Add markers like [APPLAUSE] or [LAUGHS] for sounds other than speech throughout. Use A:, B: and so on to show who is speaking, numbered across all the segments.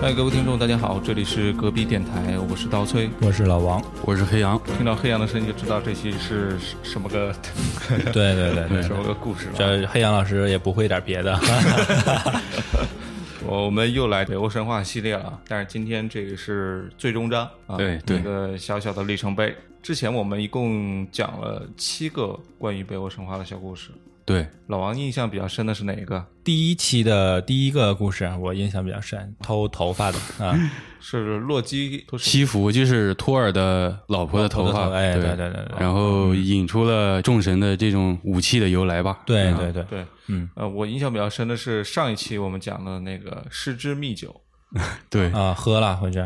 A: 嗨，各位听众，大家好，这里是隔壁电台，我是刀崔。
B: 我是老王，
C: 我是黑羊，
A: 听到黑羊的声音就知道这期是什什么个
B: 对对
A: [LAUGHS]
B: 对对
A: 什么
B: 对，
A: 个故事了。
B: 这黑羊老师也不会点别的， [LAUGHS]
A: 我们又来北欧神话系列了，但是今天这个是最终章啊，
C: 对对
A: 一个小小的里程碑。之前我们一共讲了七个关于北欧神话的小故事，
C: 对，
A: 老王印象比较深的是哪一个？
B: 第一期的第一个故事啊我印象比较深，偷头发的啊，
A: 是洛基都是
C: 西服就是托尔的老婆的头
B: 老
C: 发
B: 婆的头，哎对
C: 对
B: 对对对
C: 然后引出了众神的这种武器的由来吧，
B: 对
C: 嗯
B: 对对，
A: 对，
B: 嗯
A: 呃，我印象比较深的是上一期我们讲的那个失之蜜酒，
C: 对，
B: 啊，喝了回去，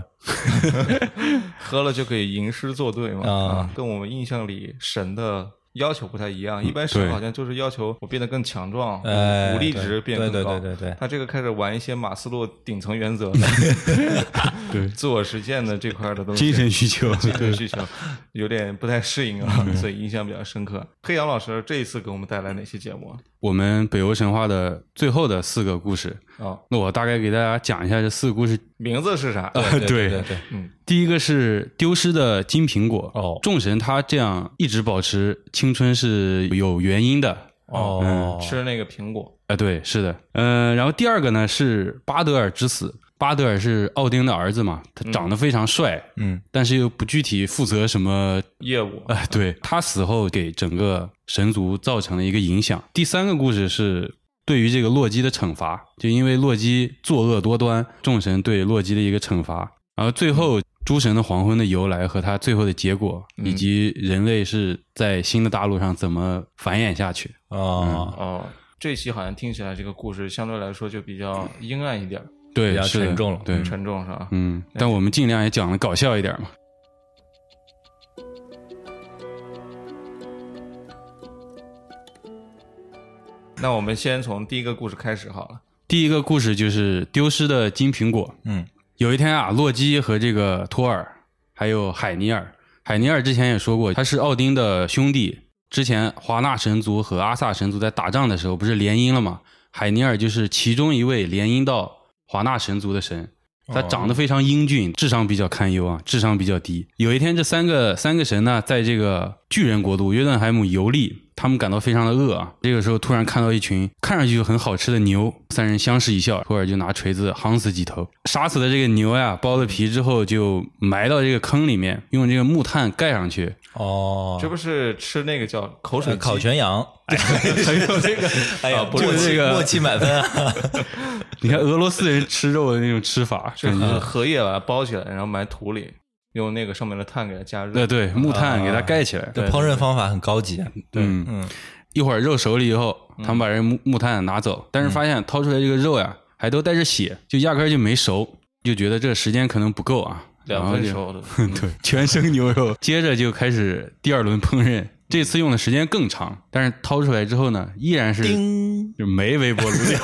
A: 喝了就可以吟诗作对嘛，
B: 啊
A: 啊，跟我们印象里神的。要求不太一样，一般神
C: 对
A: 好像就是要求我变得更强壮，
B: 嗯哎
A: 武力值变更
B: 对
A: 高。
B: 对对对对
A: 他这个开始玩一些马斯洛顶层
B: [LAUGHS]
A: 原则，
C: 对
A: 自我实践的这块儿的东西，
C: 精神需求，
A: 这个需求有点不太适应
B: 嗯
A: 啊，所以印象比较深刻。黑羊老师这一次给我们带来哪些节目啊？
C: 我们北欧神话的最后的四个故事，
A: 哦，
C: 那我大概给大家讲一下这四个故事。
A: 名字是啥？
B: [LAUGHS] 对对
C: 对
B: 对对，
C: 第一个是丢失的金苹果，
B: 哦
C: 众神他这样一直保持青春是有原因的。
B: 哦，
A: [LAUGHS] 吃那个苹果。
C: 啊，对，是的，嗯、然后第二个呢是巴德尔之死，巴德尔是奥丁的儿子嘛，他长得非常帅，
B: 嗯
C: 但是又不具体负责什么。
A: 业务
B: 哎
C: 啊、对他死后给整个神族造成了一个影响。第三个故事是对于这个洛基的惩罚，就因为洛基作恶多端，众神对洛基的一个惩罚。然后最后诸神的黄昏的由来和他最后的结果，
B: 嗯
C: 以及人类是在新的大陆上怎么繁衍下去。
B: 哦，
A: 哦，这期好像听起来这个故事相对来说就比较阴暗一点，
C: 对，
B: 比较
C: 是的
B: 沉重了
C: 对，
A: 沉重是吧？
C: 嗯，但我们尽量也讲的搞笑一点嘛。
A: 那我们先从第一个故事开始好了。
C: 第一个故事就是丢失的金苹果。
B: 嗯，
C: 有一天啊，洛基和这个托尔还有海尼尔，海尼尔之前也说过，他是奥丁的兄弟。之前华纳神族和阿萨神族在打仗的时候，不是联姻了吗？海尼尔就是其中一位联姻到华纳神族的神。他长得非常英俊，智商比较堪忧啊，智商比较低。有一天，这三个三个神呢，在这个巨人国度约顿海姆游历，他们感到非常的饿啊。这个时候，突然看到一群看上去就很好吃的牛，三人相视一笑，托尔就拿锤子夯死几头。杀死的这个牛呀，剥了皮之后就埋到这个坑里面，用这个木炭盖上去。
B: 哦，
A: 这不是吃那个叫口水
B: 呃
A: 鸡
B: 烤
A: [LAUGHS]
B: 全羊，还有这个，哎呀，
C: 是
B: 默
C: 这
B: 契
C: 个
B: 默契满分啊， [LAUGHS]
C: [LAUGHS] 你看俄罗斯人吃肉的那种吃法，
A: 是嗯
C: 感觉
A: 荷荷叶把它包起来，然后埋土里，用那个上面的炭给它加热
C: 呃。对，木炭给它盖起来。
B: 这烹饪方法很高级，
C: 嗯，一会儿肉熟了以后，他们把这
A: 嗯
C: 木木炭拿走，但是发现掏出来这个肉呀，还都带着血，就压根儿就没熟，就觉得这时间可能不够啊，然
A: 两
C: 后
A: 分
C: 就，
A: 熟的，
C: [LAUGHS] 对，全生牛肉， [LAUGHS] 接着就开始第二轮烹饪，这次用的时间更长，但是掏出来之后呢，依然是
B: 叮，
C: 就没微波炉掉，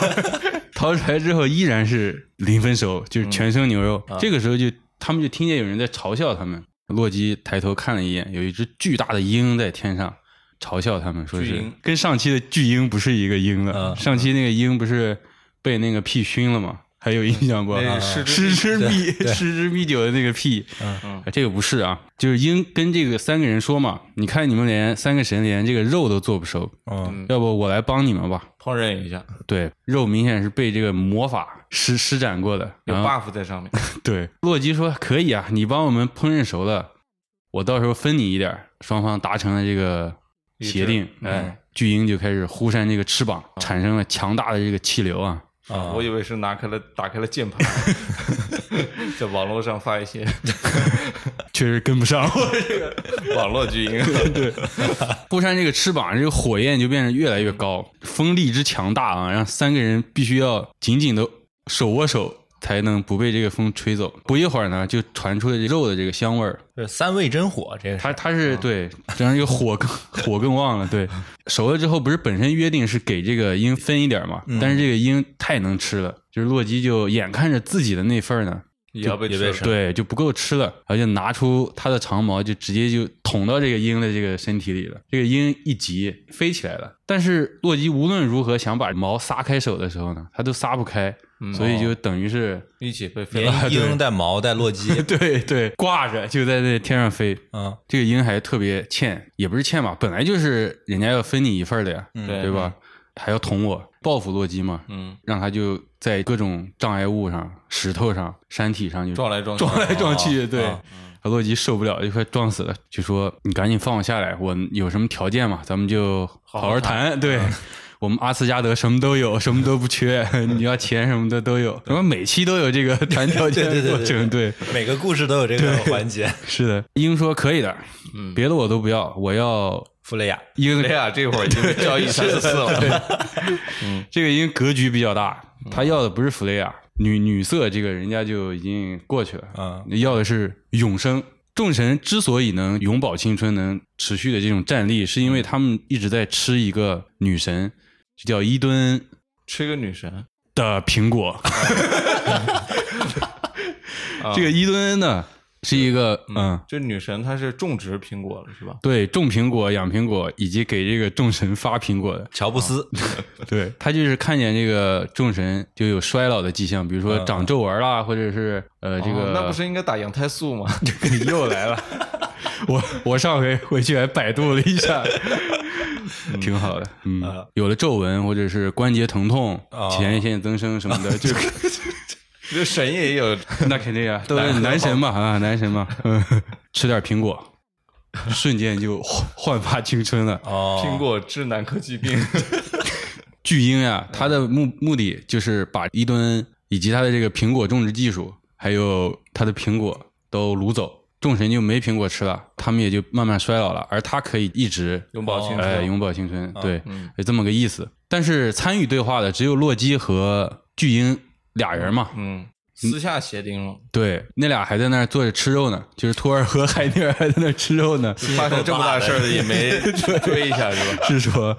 C: 掏出来之后依然是零分熟，就是全生牛肉。这个时候就他们就听见有人在嘲笑他们。洛基抬头看了一眼，有一只巨大的鹰在天上嘲笑他们，说
A: 巨
C: 是
A: 鹰
C: 跟上期的巨鹰不是一个鹰了。
B: 嗯
C: 上期那个鹰不是被那个屁熏了吗？还有印象不？
A: 那是
C: 十
A: 狮
C: 啊之蜜十之蜜酒的那个屁，
A: 嗯
C: 这个不是啊，就是鹰跟这个三个人说嘛，你看你们连三个神连这个肉都做不熟，
B: 嗯，
C: 要不我来帮你们吧。
A: 烹饪一下，
C: 对，肉明显是被这个魔法施施展过的。
A: 有
C: 然后
A: buff 在上面。
C: [LAUGHS] 对，洛基说可以啊，你帮我们烹饪熟了，我到时候分你一点儿。双方达成了这个
A: 一致嗯
C: 协定，哎，巨鹰就开始忽扇这个翅膀，产生了强大的这个气流啊。
B: 啊
A: 我以为是拿开了打开了键盘， [LAUGHS] 在网络上发一些
C: 确实跟不上，
A: 网络巨婴。
C: 忽扇这个翅膀，这个火焰就变得越来越高，风力之强大啊，让三个人必须要紧紧的手握手，才能不被这个风吹走。不一会儿呢，就传出了这肉的这个香味儿，
B: 这三味真火，这个是
C: 他他是对，然后这个火更火更旺了。对，熟了之后不是本身约定是给这个鹰分一点儿嘛，但是这个鹰太能吃了，就是洛基就眼看着自己的那份儿呢
A: 也要被
B: 也
A: 吃
B: 被
A: 了
B: 吃
C: 对，就不够吃了，而且拿出它的长矛，就直接就捅到这个鹰的这个身体里了。这个鹰一急飞起来了，但是洛基无论如何想把矛撒开手的时候呢，他都撒不开，
A: 嗯
C: 所以就等于是、，
A: 一起被飞了。
B: 连鹰带毛带洛基
C: [LAUGHS] 对对挂着就在那天上飞。
B: 嗯，
C: 这个鹰还特别欠，也不是欠吧，本来就是人家要分你一份儿的呀，
B: 嗯
C: 对吧？还要捅我，报复洛基嘛，
A: 嗯，
C: 让他就在各种障碍物上、石头上、山体上就
A: 撞来撞去
C: 撞来撞去，
B: 哦
C: 对。
B: 哦
C: 和洛基受不了，就快撞死了，就说你赶紧放我下来，我有什么条件嘛，咱们就好好谈。对、
B: 嗯
C: [LAUGHS] 我们阿斯加德什么都有，什么都不缺， [LAUGHS] 你要钱什么的都有。咱们每期都
B: [LAUGHS]
C: 有这个谈条件
B: 对对对
C: 的过
B: 对
C: 程，对，
B: 每个故事都有这个环节。
C: 是的。鹰说可以的，
A: 嗯
C: 别的我都不要，我要
B: 弗雷亚，
C: 鹰
A: 雷亚这会儿已经被教育三四次了。
C: [LAUGHS] 这个因为格局比较大，他
B: 嗯
C: 要的不是弗雷亚女女色，这个人家就已经过去了，
B: 嗯
C: 要的是永生。众神之所以能永葆青春，能持续的这种战力，是因为他们一直在吃一个女神，就叫伊敦
A: 吃一个女神，
C: 的
A: [LAUGHS]
C: 苹果。
A: 啊
C: 这个伊敦呢，是一个嗯，
A: 这女神她是种植苹果了，是吧？
C: 对，种苹果、养苹果，以及给这个众神发苹果的。
B: 乔布斯，
C: 对他就是看见这个众神就有衰老的迹象，比如说长皱纹啦，或者是呃这个、
A: 嗯哦那不是应该打羊胎素
C: [LAUGHS]
A: 吗？
C: 你又来了。 [LAUGHS] 我我上回回去还百度了一下， [LAUGHS] 挺好的。嗯
B: 啊，
C: 有了皱纹或者是关节疼痛
B: 哦、
C: 前列腺增生什么 [LAUGHS] 的，就
A: 这神也有
C: 那肯定啊，都是男神嘛啊，男神 [LAUGHS] 嘛，嗯吃点苹果，瞬间就焕焕发青春了。
B: [LAUGHS]
A: [LAUGHS]
B: 哦，
A: 苹果治难科疾
C: [LAUGHS]
A: 病，
C: 巨婴呀，他的目目的就是把伊敦以及他的这个苹果种植技术，还有他的苹果都掳走，众神就没苹果吃了，他们也就慢慢衰老了，而他可以一直
A: 永葆青
C: 哎，
A: 春。
C: 永葆青春，对，
A: 嗯
C: 有这么个意思。但是参与对话的只有洛基和巨婴俩人嘛，
A: 嗯，私下协定了，
C: 对，那俩还在那儿坐着吃肉呢，就是托尔和海尼尔还在那儿吃肉呢，
A: 发生这么大事儿的也
C: [LAUGHS]
A: 没追一下是吧？
C: 是说，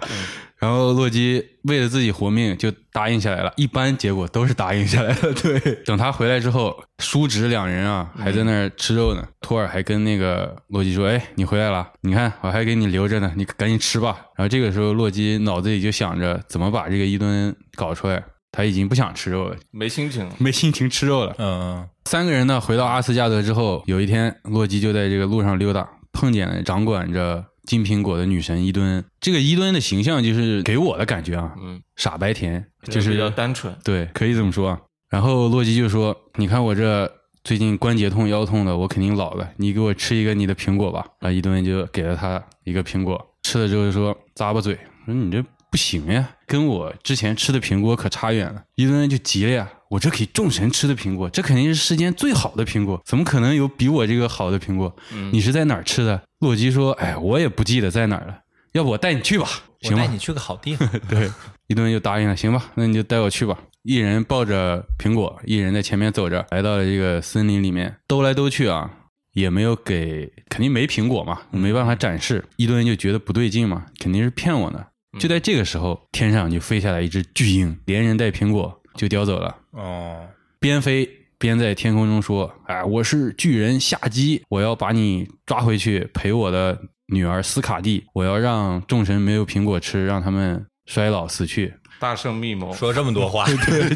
C: 然后洛基为了自己活命就答应下来了，一般结果都是答应下来了。 [LAUGHS] 对，等他回来之后，叔侄两人啊还在那儿吃肉呢，托尔还跟那个洛基说：“哎，你回来了，你看我还给你留着呢，你赶紧吃吧。”然后这个时候，洛基脑子里就想着怎么把这个伊顿搞出来，他已经不想吃肉了，
A: 没心情，
C: 没心情吃肉了。
B: 嗯，
C: 三个人呢回到阿斯加德之后，有一天洛基就在这个路上溜达，碰见了掌管着金苹果的女神伊敦。这个伊敦的形象就是给我的感觉啊，
A: 嗯，
C: 傻白甜，就
A: 比较
C: 是
A: 单纯。
C: 对，可以这么说啊。然后洛基就说：“你看我这最近关节痛、腰痛的，我肯定老了，你给我吃一个你的苹果吧。”啊，伊敦就给了他一个苹果，吃了之后就说：“咂巴嘴，说你这不行呀，跟我之前吃的苹果可差远了。”伊敦就急了呀。我这可以众神吃的苹果，这肯定是世间最好的苹果，怎么可能有比我这个好的苹果？
A: 嗯
C: 你是在哪儿吃的？洛基说：“哎，我也不记得在哪儿了，要不我带你去吧，
B: 我
C: 行吗？”
B: 带你去个好地方。
C: 对，伊顿就答应了，行吧，那你就带我去吧。一人抱着苹果，一人在前面走着，来到了这个森林里面，兜来兜去啊，也没有给，肯定没苹果嘛，没办法展示。伊顿就觉得不对劲嘛，肯定是骗我呢。就在这个时候，天上就飞下来一只巨鹰，连人带苹果就叼走了。
B: 哦，
C: 边飞边在天空中说：“哎，我是巨人夏基，我要把你抓回去陪我的女儿斯卡蒂，我要让众神没有苹果吃，让他们衰老死去。
A: 大圣密谋，
B: 说这么多话，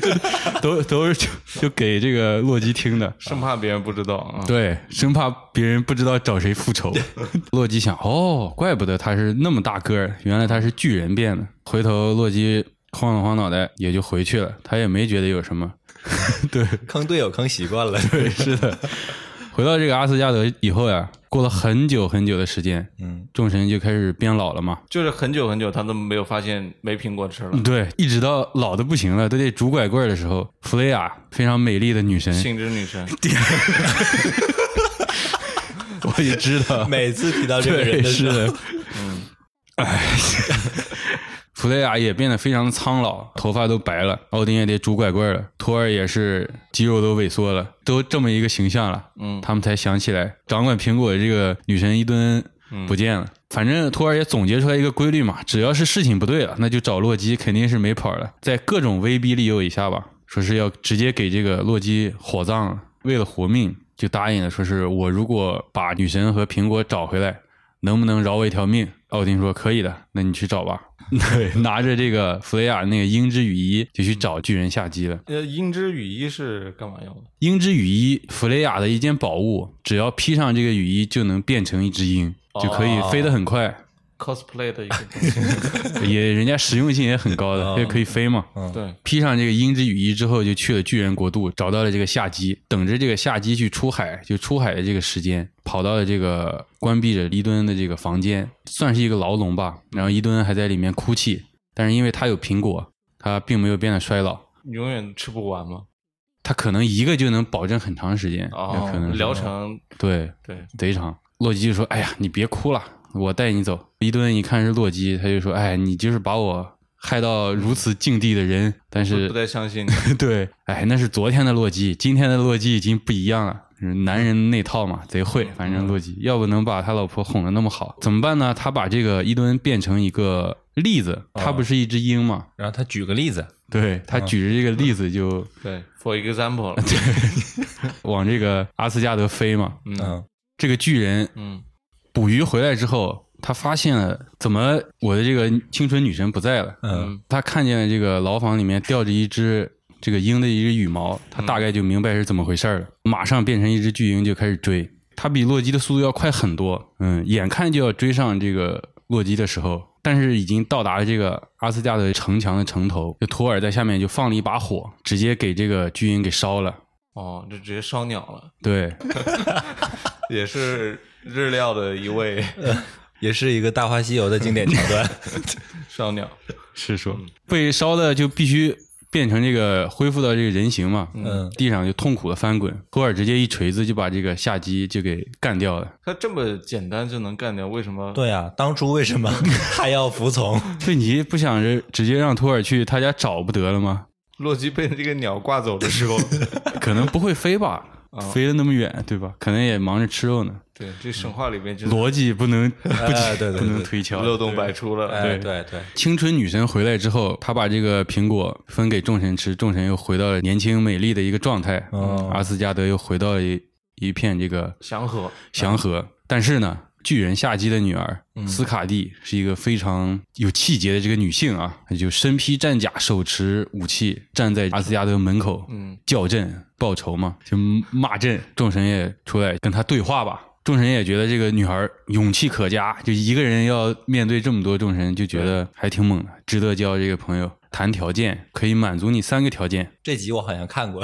C: [LAUGHS] 都”都是就就给这个洛基听的。
A: 生怕别人不知道啊。
C: 对，生怕别人不知道找谁复 [LAUGHS] 仇。洛基想，哦，怪不得他是那么大个儿，原来他是巨人变的。回头洛基晃了晃脑袋，也就回去了，他也没觉得有什 [LAUGHS] 么。
B: [LAUGHS] 坑队友坑习惯了。
C: 对，是的。回到这个阿斯加德以后呀，过了很久很久的时间，
B: [LAUGHS] 嗯，
C: 众神就开始变老了嘛。
A: 就是很久很久，他都没有发现没苹果吃了，
C: 对，一直到老的不行了，都得拄拐棍儿的时候，弗雷亚非常美丽的女神，
A: 性之女
C: [LAUGHS]
A: 神，
C: 我也知道，
B: 每次提到这个人
C: 对，
B: 的
C: 是
B: 时候，
C: 的，嗯， [LAUGHS] 哎，弗雷亚也变得非常苍老，头发都白了，奥丁也得拄拐棍儿了，托尔也是肌肉都萎缩了，都这么一个形象了，
A: 嗯
C: 他们才想起来掌管苹果的这个女神伊敦不见了。反正托尔也总结出来一个规律嘛，只要是事情不对了，那就找洛基，肯定是没跑了。在各种威逼利诱一下吧，说是要直接给这个洛基火葬了。为了活命就答应了，说是我如果把女神和苹果找回来，能不能饶我一条命？奥丁说可以的，那你去找吧。对， [LAUGHS] 拿着这个弗雷亚那个鹰之羽衣就去找巨人下机了。
A: 呃，鹰之羽衣是干嘛用的？
C: 鹰之羽衣，弗雷亚的一件宝物，只要披上这个羽衣就能变成一只鹰，就可以飞得很快，
A: cosplay 的一个东
C: [LAUGHS]
A: 西。
C: 也人家实用性也很高的，
B: 哦
C: 也可以飞嘛。
A: 对，
C: 披上这个鹰之羽衣之后，就去了巨人国度，找到了这个夏姬，等着这个夏姬去出海，就出海的这个时间，跑到了这个关闭着伊敦的这个房间，算是一个牢笼吧。然后伊敦还在里面哭泣，但是因为他有苹果，他并没有变得衰老，
A: 永远吃不完嘛。
C: 他可能一个就能保证很长时间，
A: 哦
C: 有可能，是
A: 疗程
C: 对
A: 对，
C: 贼长。洛基就说：“哎呀，你别哭了，我带你走。”伊敦一看是洛基，他就说：“哎，你就是把我害到如此境地的人。”但是
A: 不 [LAUGHS] 不太相信你。
C: 对，哎，那是昨天的洛基，今天的洛基已经不一样了。男人那套嘛，贼会。反正洛基，要不能把他老婆哄得那么好，怎么办呢？他把这个伊敦变成一个栗子，他不是一只鹰嘛？
B: 然后他举个例子，
C: 对他举着这个栗子就
A: 对，for example，
C: [LAUGHS] 往这个阿斯加德飞嘛。
A: 嗯
B: 嗯
C: 这个巨人
A: 嗯，
C: 捕鱼回来之后，他发现了怎么我的这个青春女神不在了。
B: 嗯
C: 他看见了这个牢房里面吊着一只这个鹰的一只羽毛，他大概就明白是怎么回事儿了，马上变成一只巨鹰就开始追。他比洛基的速度要快很多，嗯，眼看就要追上这个洛基的时候，但是已经到达了这个阿斯加德城墙的城头，就托尔在下面就放了一把火，直接给这个巨鹰给烧了。
A: 哦，就直接烧鸟了，
C: 对，
A: 也是日料的一位
B: 也是一个《大话西游》的经典桥段。
A: 烧鸟。
C: 是说
B: 嗯
C: 被烧的就必须变成这个恢复到这个人形嘛，
B: 嗯
C: 地上就痛苦的翻滚。托尔直接一锤子就把这个夏姬就给干掉了。
A: 他这么简单就能干掉，为什么？
B: 对啊，当初为什么还要服从？
C: 这你不想着直接让托尔去他家找不得了吗？
A: 洛基被这个鸟挂走的时候，
C: 可能不会飞
B: [LAUGHS]
C: 吧，
B: 啊
C: 飞得那么远，对吧？可能也忙着吃肉呢。
A: 对，这神话里面就是
C: 逻辑
B: [LAUGHS]
C: 不能不
B: 啊嗯对对对
C: 不能推敲。
A: 漏洞百出了。
B: 哎，对对，
C: 青春女神回来之后，她把这个苹果分给众神吃，众神又回到了年轻美丽的一个状态。
B: 哦
C: 阿斯加德又回到了一一片这个
A: 祥和，
C: 祥和。但是呢，巨人夏姬的女儿斯卡蒂是一个非常有气节的这个女性啊，她就身披战甲，手持武器，站在阿斯加德门口，
A: 嗯，
C: 叫阵报仇嘛，就骂阵。众神也出来跟她对话吧。众神也觉得这个女孩勇气可嘉，就一个人要面对这么多众神，就觉得还挺猛的，值得交这个朋友。谈条件可以满足你三个条件，
B: 这集我好像看过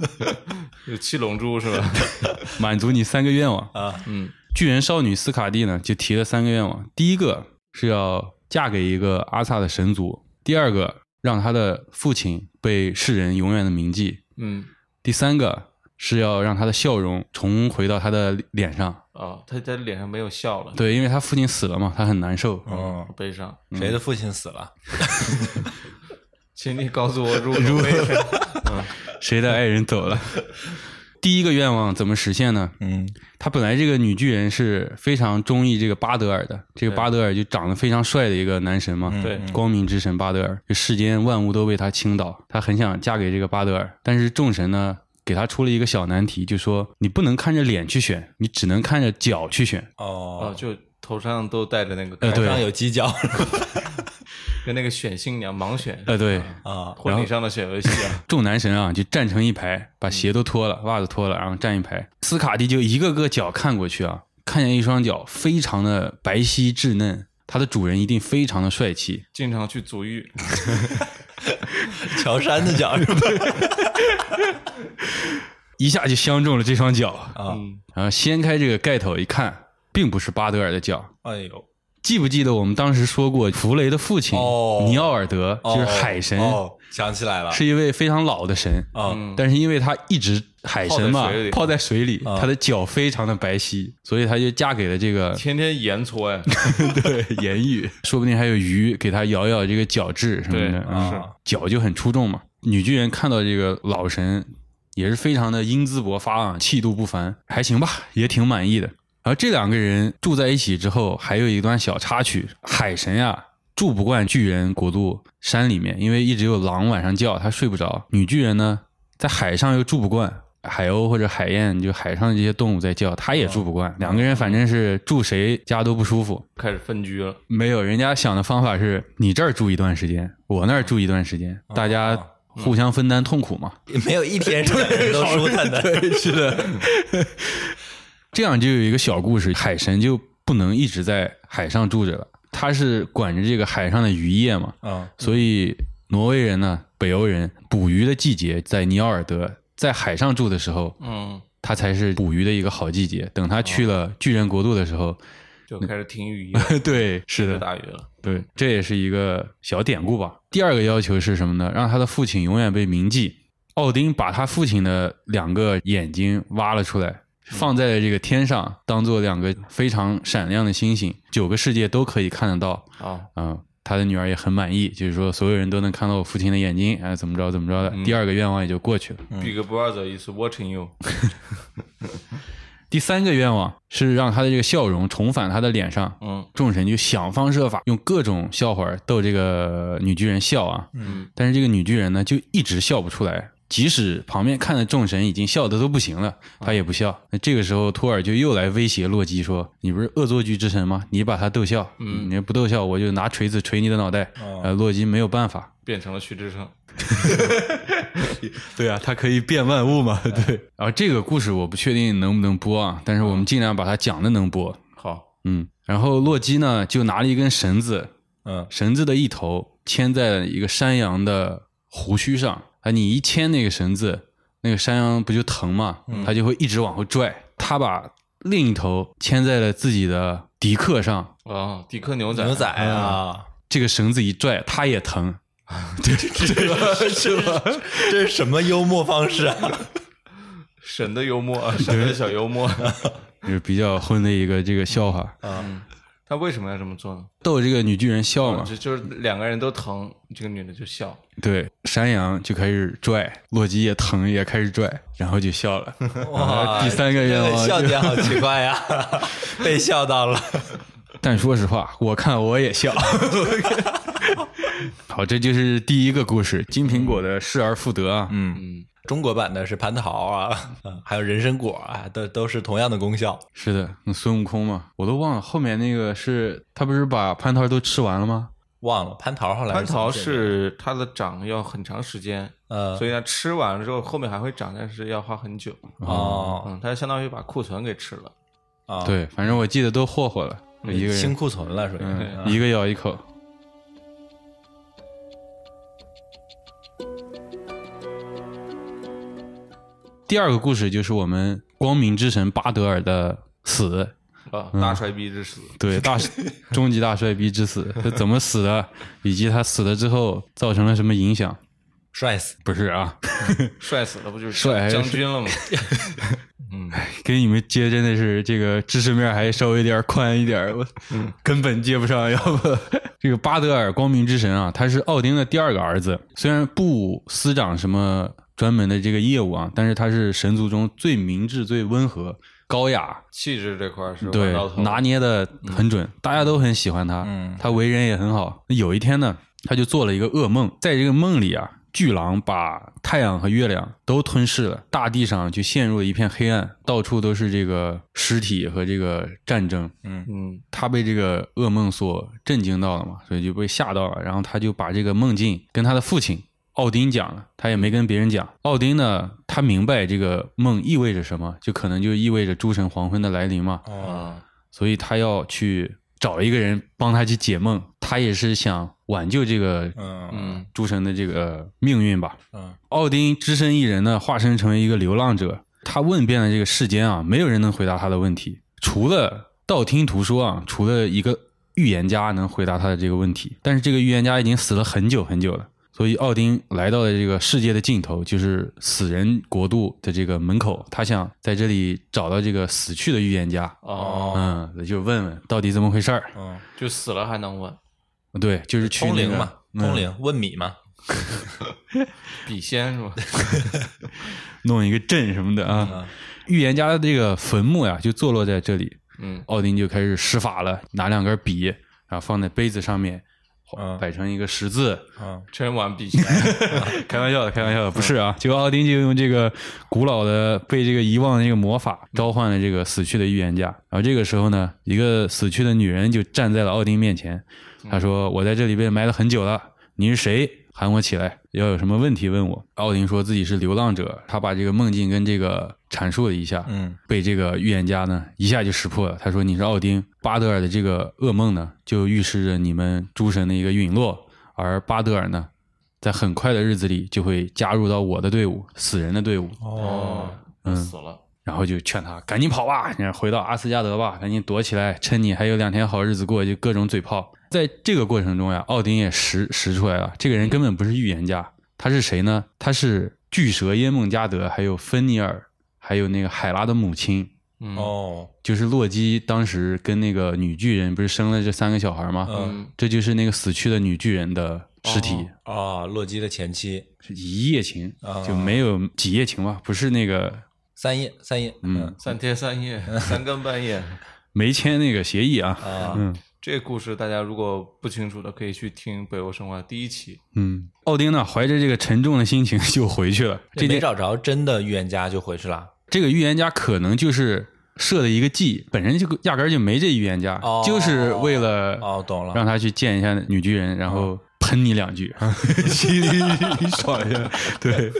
B: [LAUGHS]
A: 有七龙珠是吧？
C: 满足你三个愿望。
B: 啊，
A: 嗯
C: 巨人少女斯卡蒂呢，就提了三个愿望：第一个是要嫁给一个阿萨的神族；第二个让她的父亲被世人永远的铭记；
A: 嗯
C: 第三个是要让她的笑容重回到她的脸上。
A: 哦，他他脸上没有笑了，
C: 对，因为她父亲死了嘛，她很难受。
D: 哦
B: 嗯，
A: 好悲伤。
B: 谁的父亲死了？
A: 请你告诉我如何为
C: 谁的爱人走了？第一个愿望怎么实现呢？
B: 嗯
C: 她本来这个女巨人是非常中意这个巴德尔的，这
A: 对
C: 个巴德尔就长得非常帅的一个男神嘛，
A: 对
C: 光明之神巴德尔，就世间万物都为他倾倒，她很想嫁给这个巴德尔，但是众神呢给她出了一个小难题，就说你不能看着脸去选，你只能看着脚去选。
A: 哦，
B: 哦，
A: 就头上都戴着那个，
C: 呃对
B: 头上有犄角
D: [LAUGHS]
A: 跟那个选新娘盲选，
C: 呃，对，
B: 啊，
A: 婚礼上的选游戏啊，
C: 众男神啊就站成一排，把鞋都脱了，袜子脱了，然后站一排。斯卡蒂就一个个脚看过去啊，看见一双脚非常的白皙稚嫩，它的主人一定非常的帅气。
A: 经常去足浴，
B: 乔杉的脚是
D: [LAUGHS]
B: 吧？
C: 一下就相中了这双脚，
B: 啊，
A: 嗯
C: 然后掀开这个盖头一看，并不是巴德尔的脚，
B: 哎呦，
C: 记不记得我们当时说过，弗雷的父亲、
B: 哦
C: 尼奥尔德就是海神，
B: 哦，想起来了，
C: 是一位非常老的神。
D: 哦
B: 啊，
A: 嗯
C: 但是因为他一直海神嘛
A: 泡在水里，
C: 泡在水里，
B: 啊
C: 他的脚非常的白皙，所以他就嫁给了这个
A: 天天盐搓呀，
C: 对言语，说不定还有鱼给他咬咬这个角质什么
A: [LAUGHS] 对嗯
C: 的，啊
A: 是
C: 脚就很出众嘛。女巨人看到这个老神，也是非常的英姿勃发啊，气度不凡，还行吧，也挺满意的。而这两个人住在一起之后，还有一段小插曲，海神呀、住不惯巨人国度山里面，因为一直有狼晚上叫，他睡不着。女巨人呢，在海上又住不惯，海鸥或者海燕，就海上的这些动物在叫，他也住不惯。两个人反正是住谁家都不舒服。
A: 开始分居了，
C: 没有，人家想的方法是你这儿住一段时间，我那儿住一段时间，大家互相分担痛苦嘛。
D: 也没有一天
C: [LAUGHS]
D: 是两个人都舒坦的。
C: 对，是的。这样就有一个小故事，海神就不能一直在海上住着了，他是管着这个海上的渔业嘛，
B: 嗯，
C: 所以挪威人呢，北欧人捕鱼的季节在尼奥尔德，在海上住的时候，
A: 嗯，
C: 他才是捕鱼的一个好季节。等他去了巨人国度的时候， [LAUGHS]
A: 就开始停雨衣 [LAUGHS] 了，
C: 对，是
A: 就
C: 的，
A: 打鱼了。
C: 对，这也是一个小典故吧。第二个要求是什么呢？让他的父亲永远被铭记。奥丁把他父亲的两个眼睛挖了出来，放在这个天上，当做两个非常闪亮的星星，九个世界都可以看得到。
A: 啊，
C: 嗯，他的女儿也很满意，就是说所有人都能看到我父亲的眼睛，哎，怎么着怎么着的。第二个愿望也就过去了。
A: Big Brother is watching you。
C: 第三个愿望是让他的这个笑容重返他的脸上。
A: 嗯
C: 众神就想方设法用各种笑话逗这个女巨人笑啊，
A: 嗯，
C: 但是这个女巨人呢，就一直笑不出来。即使旁边看的众神已经笑得都不行了，她也不笑。那这个时候，托尔就又来威胁洛基说：“你不是恶作剧之神吗？你把他逗笑，
A: 嗯
C: 你不逗笑，我就拿锤子锤你的脑袋。
D: 哦
C: 呃，洛基没有办法。
A: 变成了徐志胜。
C: 对啊，他可以变万物嘛。对。然后呃啊这个故事我不确定能不能播啊，但是我们尽量把它讲的能播。
A: 好，
C: 嗯。然后洛基呢，就拿了一根绳子，
B: 嗯，
C: 绳子的一头牵在了一个山羊的胡须上啊，你一牵那个绳子，那个山羊不就疼嘛，它就会一直往后拽。他把另一头牵在了自己的迪克上，
A: 啊，迪克牛仔，
D: 牛仔啊，
B: 啊，
C: 这个绳子一拽，它也疼。嗯
D: 这是吧？ [LAUGHS] 这是什么幽默方式
C: [LAUGHS]
D: 啊？
A: 神的幽默，啊，神的小幽默。
C: 就是比较混的一个这个笑话，
A: 他为什么要这么做呢？呃
C: 逗这个女巨人笑嘛。
A: 就就是两个人都疼，这个女的就笑。
C: 对，山羊就开始拽，洛基也疼，也开始拽，然后就笑了。
D: 嗯哇，
C: 呃第三哦个愿望
D: 这
C: 就
D: 哎 [LAUGHS] 笑点好奇怪呀，
C: [LAUGHS]
D: 被笑到了。
C: 但说实话，我看我也笑。好，这就是第一个故事，金苹果的失而复得啊。
D: 嗯，
A: 嗯，
D: 中国版的是蟠桃啊，嗯还有人参果啊，都都是同样的功效。
C: 是的，那孙悟空嘛，我都忘了后面那个是他不是把蟠桃都吃完了吗？
D: 忘了蟠桃后来
A: 蟠
D: 怎么
A: 桃
D: 建立
A: 是它的长要很长时间，
D: 呃
A: 所以它吃完了之后后面还会长，但是要花很久。
D: 哦
A: 嗯，它相当于把库存给吃了。
D: 啊，
C: 对，反正我记得都霍霍了，一个
D: 清
C: 人，
D: 库存了属于
C: 嗯，
D: 嗯
C: 一个咬一口。第二个故事就是我们光明之神巴德尔的死，
A: 啊，
C: 嗯
A: 大衰逼之死，
C: 对，大终极大帅逼之死，他怎么死的，以及他死了之后造成了什么影响？
D: 帅死。
C: 不是啊，
A: 帅死了，不就是
C: 帅还是
A: 将军
C: [LAUGHS]
A: 了吗？嗯，
C: 跟你们接真的是这个知识面还稍微有点宽一点儿，我 [LAUGHS] 根本接不上。要不这个巴德尔光明之神啊，他是奥丁的第二个儿子，虽然不司长什么专门的这个业务啊，但是他是神族中最明智、最温和、高雅，
A: 气质这块儿是
C: 对
A: 玩到，头
C: 拿捏的很准，大家都很喜欢他，
D: 嗯
C: 他为人也很好。有一天呢，他就做了一个噩梦，在这个梦里啊，巨狼把太阳和月亮都吞噬了，大地上就陷入了一片黑暗，到处都是这个尸体和这个战争。
A: 嗯
C: 他被这个噩梦所震惊到了嘛，所以就被吓到了，然后他就把这个梦境跟他的父亲奥丁讲了，他也没跟别人讲。奥丁呢，他明白这个梦意味着什么，就可能就意味着诸神黄昏的来临嘛。
B: 哦
A: 啊，
C: 所以他要去找一个人帮他去解梦，他也是想挽救这个
D: 嗯
A: 嗯
C: 诸神的这个呃命运吧。
D: 嗯
C: 奥丁只身一人呢，化身成为一个流浪者，他问遍了这个世间啊，没有人能回答他的问题，除了道听途说啊，除了一个预言家能回答他的这个问题，但是这个预言家已经死了很久很久了。所以，奥丁来到了这个世界的尽头，就是死人国度的这个门口。他想在这里找到这个死去的预言家，
A: 哦，
C: 嗯，就问问到底怎么回事儿。
D: 嗯，
A: 就死了还能问，
C: 对，就是去嗯
D: 通
C: 那
D: 灵
C: 个
D: 嘛，通灵问米嘛，
A: 笔仙
C: [LAUGHS]
A: 是吧？
C: 弄一个阵什么的啊。预言家的这个坟墓呀，就坐落在这里。
A: 嗯
C: 奥丁就开始施法了，拿两根笔，然后放在杯子上面，
B: 嗯
C: 摆成一个十字，
B: 嗯
A: 全碗比起来，
C: [LAUGHS] 开玩笑的，开玩笑的，不是啊。结果奥丁就用这个古老的被这个遗忘的这个魔法召唤了这个死去的预言家。然后这个时候呢，一个死去的女人就站在了奥丁面前，她说：“我在这里被埋了很久了，你是谁？喊我起来，要有什么问题问我。”奥丁说自己是流浪者，他把这个梦境跟这个阐述了一下，
B: 嗯
C: 被这个预言家呢一下就识破了。他说：“你是奥丁，巴德尔的这个噩梦呢，就预示着你们诸神的一个陨落，而巴德尔呢，在很快的日子里就会加入到我的队伍，死人的队伍。
B: 哦，
A: 嗯死了，
C: 然后就劝他赶紧跑吧，你回到阿斯加德吧，赶紧躲起来，趁你还有两天好日子过，就各种嘴炮。在这个过程中呀，奥丁也识识出来了，这个人根本不是预言家，他是谁呢？他是巨蛇耶梦加德，还有芬尼尔，还有那个海拉的母亲。
A: 嗯
B: 哦，
C: 就是洛基当时跟那个女巨人不是生了这三个小孩吗？
B: 嗯
C: 这就是那个死去的女巨人的尸体，
A: 哦
B: 啊，洛基的前妻
C: 是一夜情，
B: 啊
C: 就没有几夜情吧？不是那个
B: 三叶，三叶，
C: 嗯
A: 三天三夜，
C: [LAUGHS]
A: 三更半夜。
C: 没签那个协议啊。
B: 啊，
C: 嗯
A: 这故事大家如果不清楚的，可以去听《北欧神话》第一期。
C: 嗯，奥丁呢，怀着这个沉重的心情 [LAUGHS] 就回去了。这
B: 这没
C: 件
B: 找着真的预言家就回去了。
C: 这个预言家可能就是设的一个计，本身就压根儿就没这预言家，
B: 哦
C: 就是为了
B: 哦，懂了，
C: 让他去见一下女巨人，然后喷你两句，心里爽一下。对，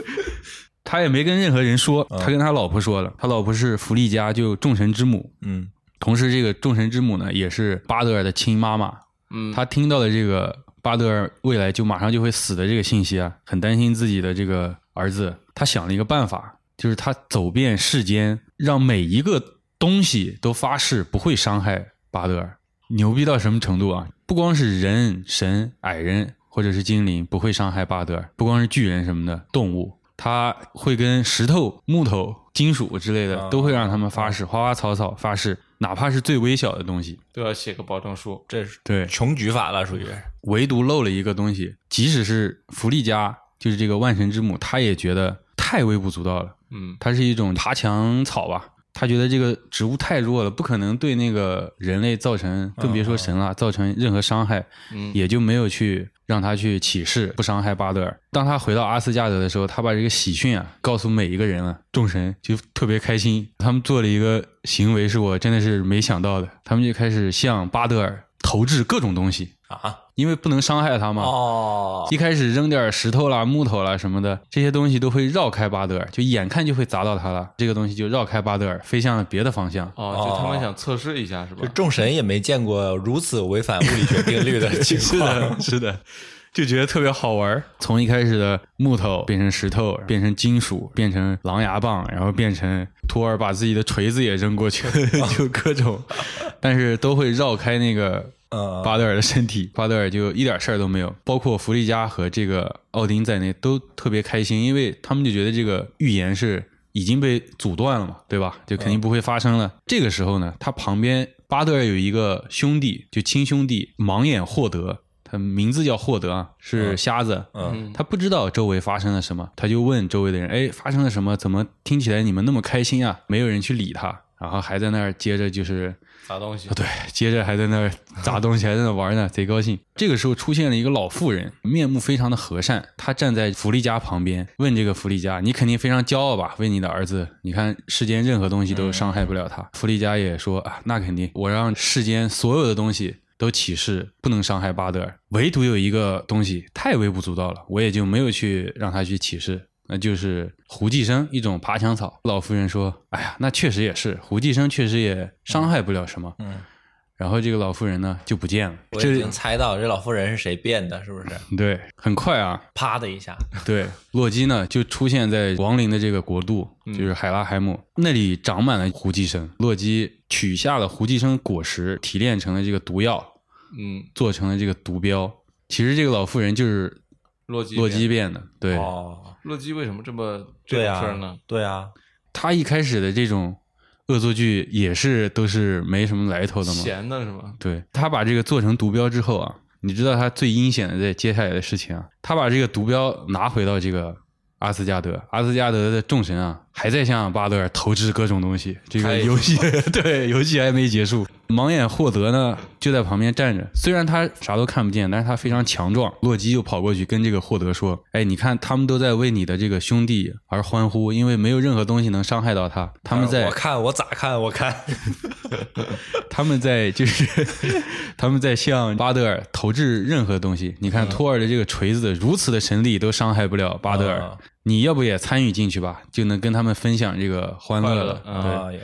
C: 他也没跟任何人说，他跟他老婆说了，他老婆是弗利加，就众神之母。
B: 嗯
C: 同时，这个众神之母呢，也是巴德尔的亲妈妈。
A: 嗯，
C: 他听到了这个巴德尔未来就马上就会死的这个信息啊，很担心自己的这个儿子。他想了一个办法，就是他走遍世间，让每一个东西都发誓不会伤害巴德尔。牛逼到什么程度啊？不光是人、神、矮人或者是精灵不会伤害巴德尔，不光是巨人什么的动物，他会跟石头、木头、金属之类的
B: 啊
C: 都会让他们发誓，花花草草发誓，哪怕是最微小的东西。
A: 都要写个保证书。
B: 这是
C: 对，
B: 穷举法了，属于
C: 唯独漏了一个东西，即使是弗利加，就是这个万神之母，她也觉得太微不足道了。
A: 嗯
C: 它是一种爬墙草吧，她觉得这个植物太弱了，不可能对那个人类造成，更别说神了，造成任何伤害，
A: 嗯，
C: 也就没有去让他去起誓不伤害巴德尔。当他回到阿斯加德的时候，他把这个喜讯啊告诉每一个人了，众神就特别开心。他们做了一个行为，是我真的是没想到的，他们就开始向巴德尔投掷各种东西。
B: 啊，
C: 因为不能伤害他嘛。
B: 哦，
C: 一开始扔点石头啦、木头啦什么的，这些东西都会绕开巴德尔，就眼看就会砸到他了。这个东西就绕开巴德尔，飞向了别的方向。
A: 哦，就他们想测试一下是吧
B: 就？众神也没见过如此违反物理学定律的
C: [LAUGHS]
B: 情况。
C: 是的，就觉得特别好玩儿。从一开始的木头变成石头，变成金属，变成狼牙棒，然后变成托尔把自己的锤子也扔过去， [LAUGHS] 就各种，但是都会绕开那个
B: 嗯，
C: 巴德尔的身体，巴德尔就一点事儿都没有，包括弗利加和这个奥丁在内都特别开心，因为他们就觉得这个预言是已经被阻断了嘛，对吧？就
B: 嗯
C: 肯定不会发生了。这个时候呢，他旁边巴德尔有一个兄弟，就亲兄弟盲眼霍德，他名字叫霍德啊，是瞎子。
B: 嗯
C: 他不知道周围发生了什么，他就问周围的人：“哎，发生了什么？怎么听起来你们那么开心啊？”没有人去理他，然后还在那儿接着就是
A: 砸东西
C: [LAUGHS] 啊，。对，接着还在那儿砸东西，还在那玩呢，贼高兴。这个时候出现了一个老妇人，面目非常的和善，她站在弗利加旁边，问这个弗利加：“你肯定非常骄傲吧？为你的儿子，你看世间任何东西都伤害不了他。弗利加也说：“啊，那肯定，我让世间所有的东西。”都起誓不能伤害巴德尔，唯独有一个东西太微不足道了，我也就没有去让他去起誓，那就是胡寄生，一种爬墙草。老妇人说：“哎呀，那确实也是，胡寄生确实也伤害不了什么。
B: 嗯，
C: 然后这个老妇人呢就不见了。
B: 我已
C: 这
B: 经猜到这老妇人是谁变的，是不是？
C: 对，很快啊，
B: 啪的一下，
C: [LAUGHS] 对，洛基呢就出现在亡灵的这个国度，就是海拉海姆、那里长满了胡姬生。洛基取下了胡姬生果实，提炼成了这个毒药，
A: 嗯，
C: 做成了这个毒标。其实这个老妇人就是
A: 洛基，
C: 洛基，变的，对。
B: 哦，
A: 洛基为什么这么这
B: 对
A: 种事儿
B: 啊
A: 呢？，
B: 对啊，
C: 他一开始的这种恶作剧也是都是没什么来头的嘛，
A: 闲的是吧？
C: 对他把这个做成毒标之后啊，你知道他最阴险的在接下来的事情啊，他把这个毒标拿回到这个阿斯加德，阿斯加德的众神啊还在向巴德尔投掷各种东西。这
D: 开
C: 个
D: 一
C: 游戏 [LAUGHS] 对游戏还没结束，盲眼霍德呢就在旁边站着，虽然他啥都看不见，但是他非常强壮。洛基就跑过去跟这个霍德说：“哎，你看他们都在为你的这个兄弟而欢呼，因为没有任何东西能伤害到他。他们在
D: 呃哎我看我咋看我看，
C: 他们在就是他们在向巴德尔投掷任何东西。你看托尔的这个锤子如此的神力，都伤害不了巴德尔。
D: 嗯
C: 你要不也参与进去吧，就能跟他们分享这个欢乐了。
A: 欢乐
C: 对
D: 啊，有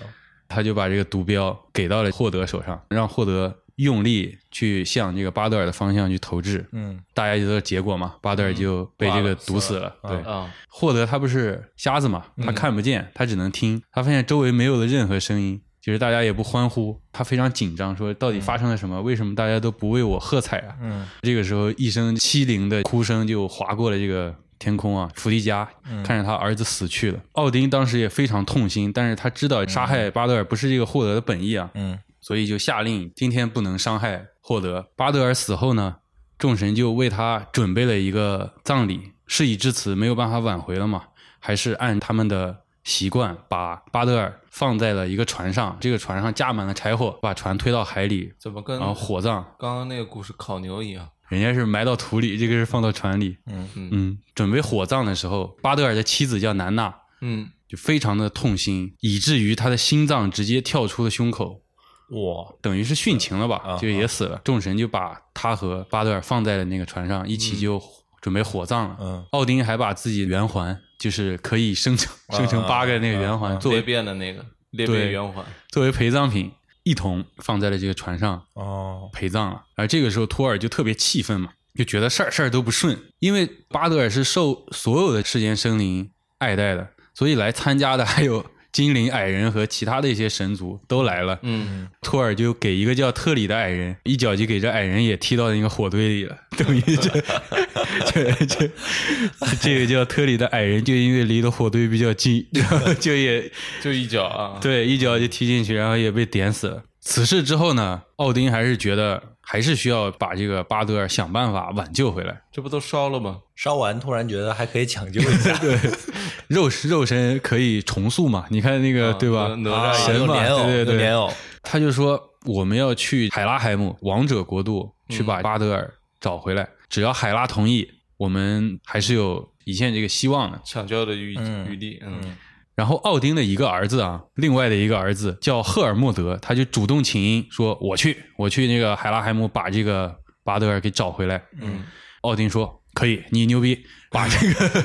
C: 他就把这个毒镖给到了霍德手上，让霍德用力去向这个巴德尔的方向去投掷。
D: 嗯，
C: 大家就知道结果嘛，巴德尔就被这个毒死了。
D: 挂了死了
C: 对，
A: 啊，
C: 霍德他不是瞎子嘛，他看不见，他只能听。他发现周围没有了任何声音，就是大家也不欢呼，他非常紧张，说到底发生了什么？为什么大家都不为我喝彩啊？
D: 嗯，
C: 这个时候，一声凄凌的哭声就划过了这个天空啊！伏地加看着他儿子死去了，奥丁当时也非常痛心，但是他知道杀害巴德尔不是这个霍德的本意啊，
D: 嗯，
C: 所以就下令今天不能伤害霍德。巴德尔死后呢，众神就为他准备了一个葬礼。事已至此，没有办法挽回了嘛，还是按他们的习惯，把巴德尔放在了一个船上，这个船上架满了柴火，把船推到海里，
A: 怎么
D: 嗯
A: 跟
C: 然后火葬。
A: 刚刚那个故事烤牛一样？
C: 人家是埋到土里，这个是放到船里。
D: 嗯
C: 嗯，准备火葬的时候，巴德尔的妻子叫南娜，
A: 嗯，
C: 就非常的痛心，以至于他的心脏直接跳出了胸口，
D: 哇，
C: 等于是殉情了吧，
D: 啊
C: 就也死了。众神就把他和巴德尔放在了那个船上，一起就准备火葬了。
D: 嗯
C: 奥丁还把自己圆环，就是可以生
D: 啊
C: 成生成八个那个圆环，作
A: 裂
C: 为
A: 变的那个裂
C: 对
A: 变圆环，
C: 作为陪葬品，一同放在了这个船上。
D: 哦，
C: 陪葬了。而这个时候，托尔就特别气愤嘛，就觉得事儿事儿都不顺，因为巴德尔是受所有的世间生灵爱戴的，所以来参加的还有精灵、矮人和其他的一些神族都来了。
A: 嗯，
C: 托尔就给一个叫特里的矮人一脚就给这矮人也踢到那个火堆里了， [LAUGHS] 等于这这这 [LAUGHS] 这个叫特里的矮人就因为离的火堆比较近， [LAUGHS] 然后就也
A: 就一脚啊，
C: 对，一脚就踢进去，然后也被点死了。此事之后呢，奥丁还是觉得还是需要把这个巴德尔想办法挽救回来，
A: 这不都烧了吗？
D: 烧完突然觉得还可以抢救一下，
C: 肉肉身可以重塑嘛？你看那个、
A: 啊
C: 对吧？
A: 哪
D: 啊
A: 哪吒
C: 神
D: 有
C: 嘛
D: 莲藕，
C: 对对
D: 有
C: 对
D: 莲藕，
C: 他就说我们要去海拉海姆王者国度去把巴德尔找回来，只要海拉同意，我们还是有一线这个希望的。
A: 抢救的余
D: 嗯
A: 余地，嗯，
C: 然后奥丁的一个儿子啊，另外的一个儿子叫赫尔墨德，他就主动请缨说：“我去，我去那个海拉海姆把这个巴德尔给找回来。”
A: 嗯，
C: 奥丁说：“可以，你牛逼，把这个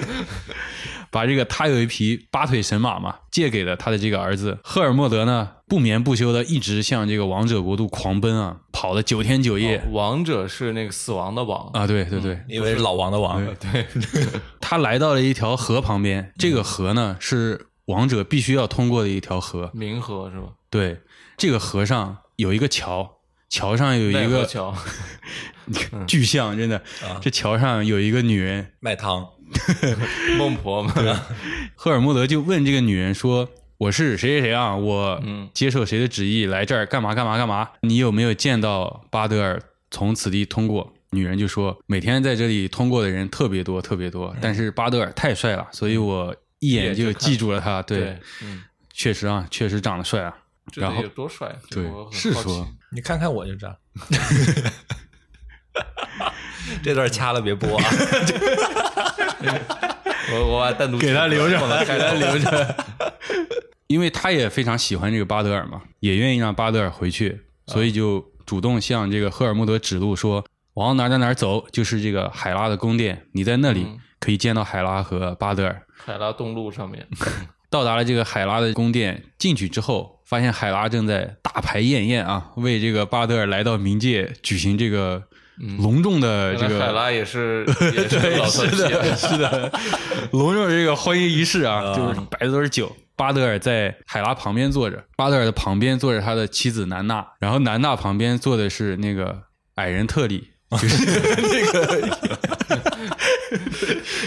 C: [LAUGHS] 把这个他有一匹八腿神马嘛，借给了他的这个儿子赫尔墨德呢，不眠不休的一直向这个王者国度狂奔啊，跑了九天九夜。
A: 哦嗯王者是那个死亡的王，
C: 啊，对对对，
D: 因为是老王的王，
A: 对，
C: 他来到了一条河旁边，这个河呢是王者必须要通过的一条河，
A: 冥河是吧？
C: 对，这个河上有一个桥，桥上有
A: 奈
C: 一
A: 何
C: 个
A: 桥，嗯啊
C: 巨像，真的，这桥上有一个女人。
D: 卖汤，
A: 孟婆嘛，
C: 赫尔墨德就问这个女人说：“我是谁谁谁啊？我
A: 嗯
C: 接受谁的旨意来这儿干嘛干嘛干嘛？你有没有见到巴德尔从此地通过？”女人就说：“每天在这里通过的人特别多，特别多，但是巴德尔太帅了，所以我一眼
A: 一眼
C: 就
A: 嗯就看
C: 记住了他。对
A: 对，，嗯，
C: 确实啊，确实长得帅啊。
A: 这
C: 然
A: 得
C: 后
A: 有多帅？啊这
C: 对
A: 我，很
C: 是
A: 好奇
C: 说。”
D: 你看看我就知道。这段掐了别播啊！
A: 我我把单独
C: 给他留着
A: 放到开头，给他留着。
C: 因为他也非常喜欢这个巴德尔嘛，也愿意让巴德尔回去，所以就主动向这个赫尔墨德指路说，往哪儿哪儿哪儿走，就是这个海拉的宫殿，你在那里
A: 嗯
C: 可以见到海拉和巴德尔。
A: 海拉洞路上面，
C: 到达了这个海拉的宫殿，进去之后，发现海拉正在大排宴宴啊，为这个巴德尔来到冥界举行这个隆重的哎这
A: 原
C: 个、
A: 嗯来海拉也
C: [LAUGHS]
A: 是也是个老
C: 是
A: 团体
C: 的，是的，隆重这个欢迎仪式啊，就是摆的都是酒。巴德尔在海拉旁边坐着，巴德尔的旁边坐着他的妻子南娜，然后南娜旁边坐的是那个矮人特里，就是那个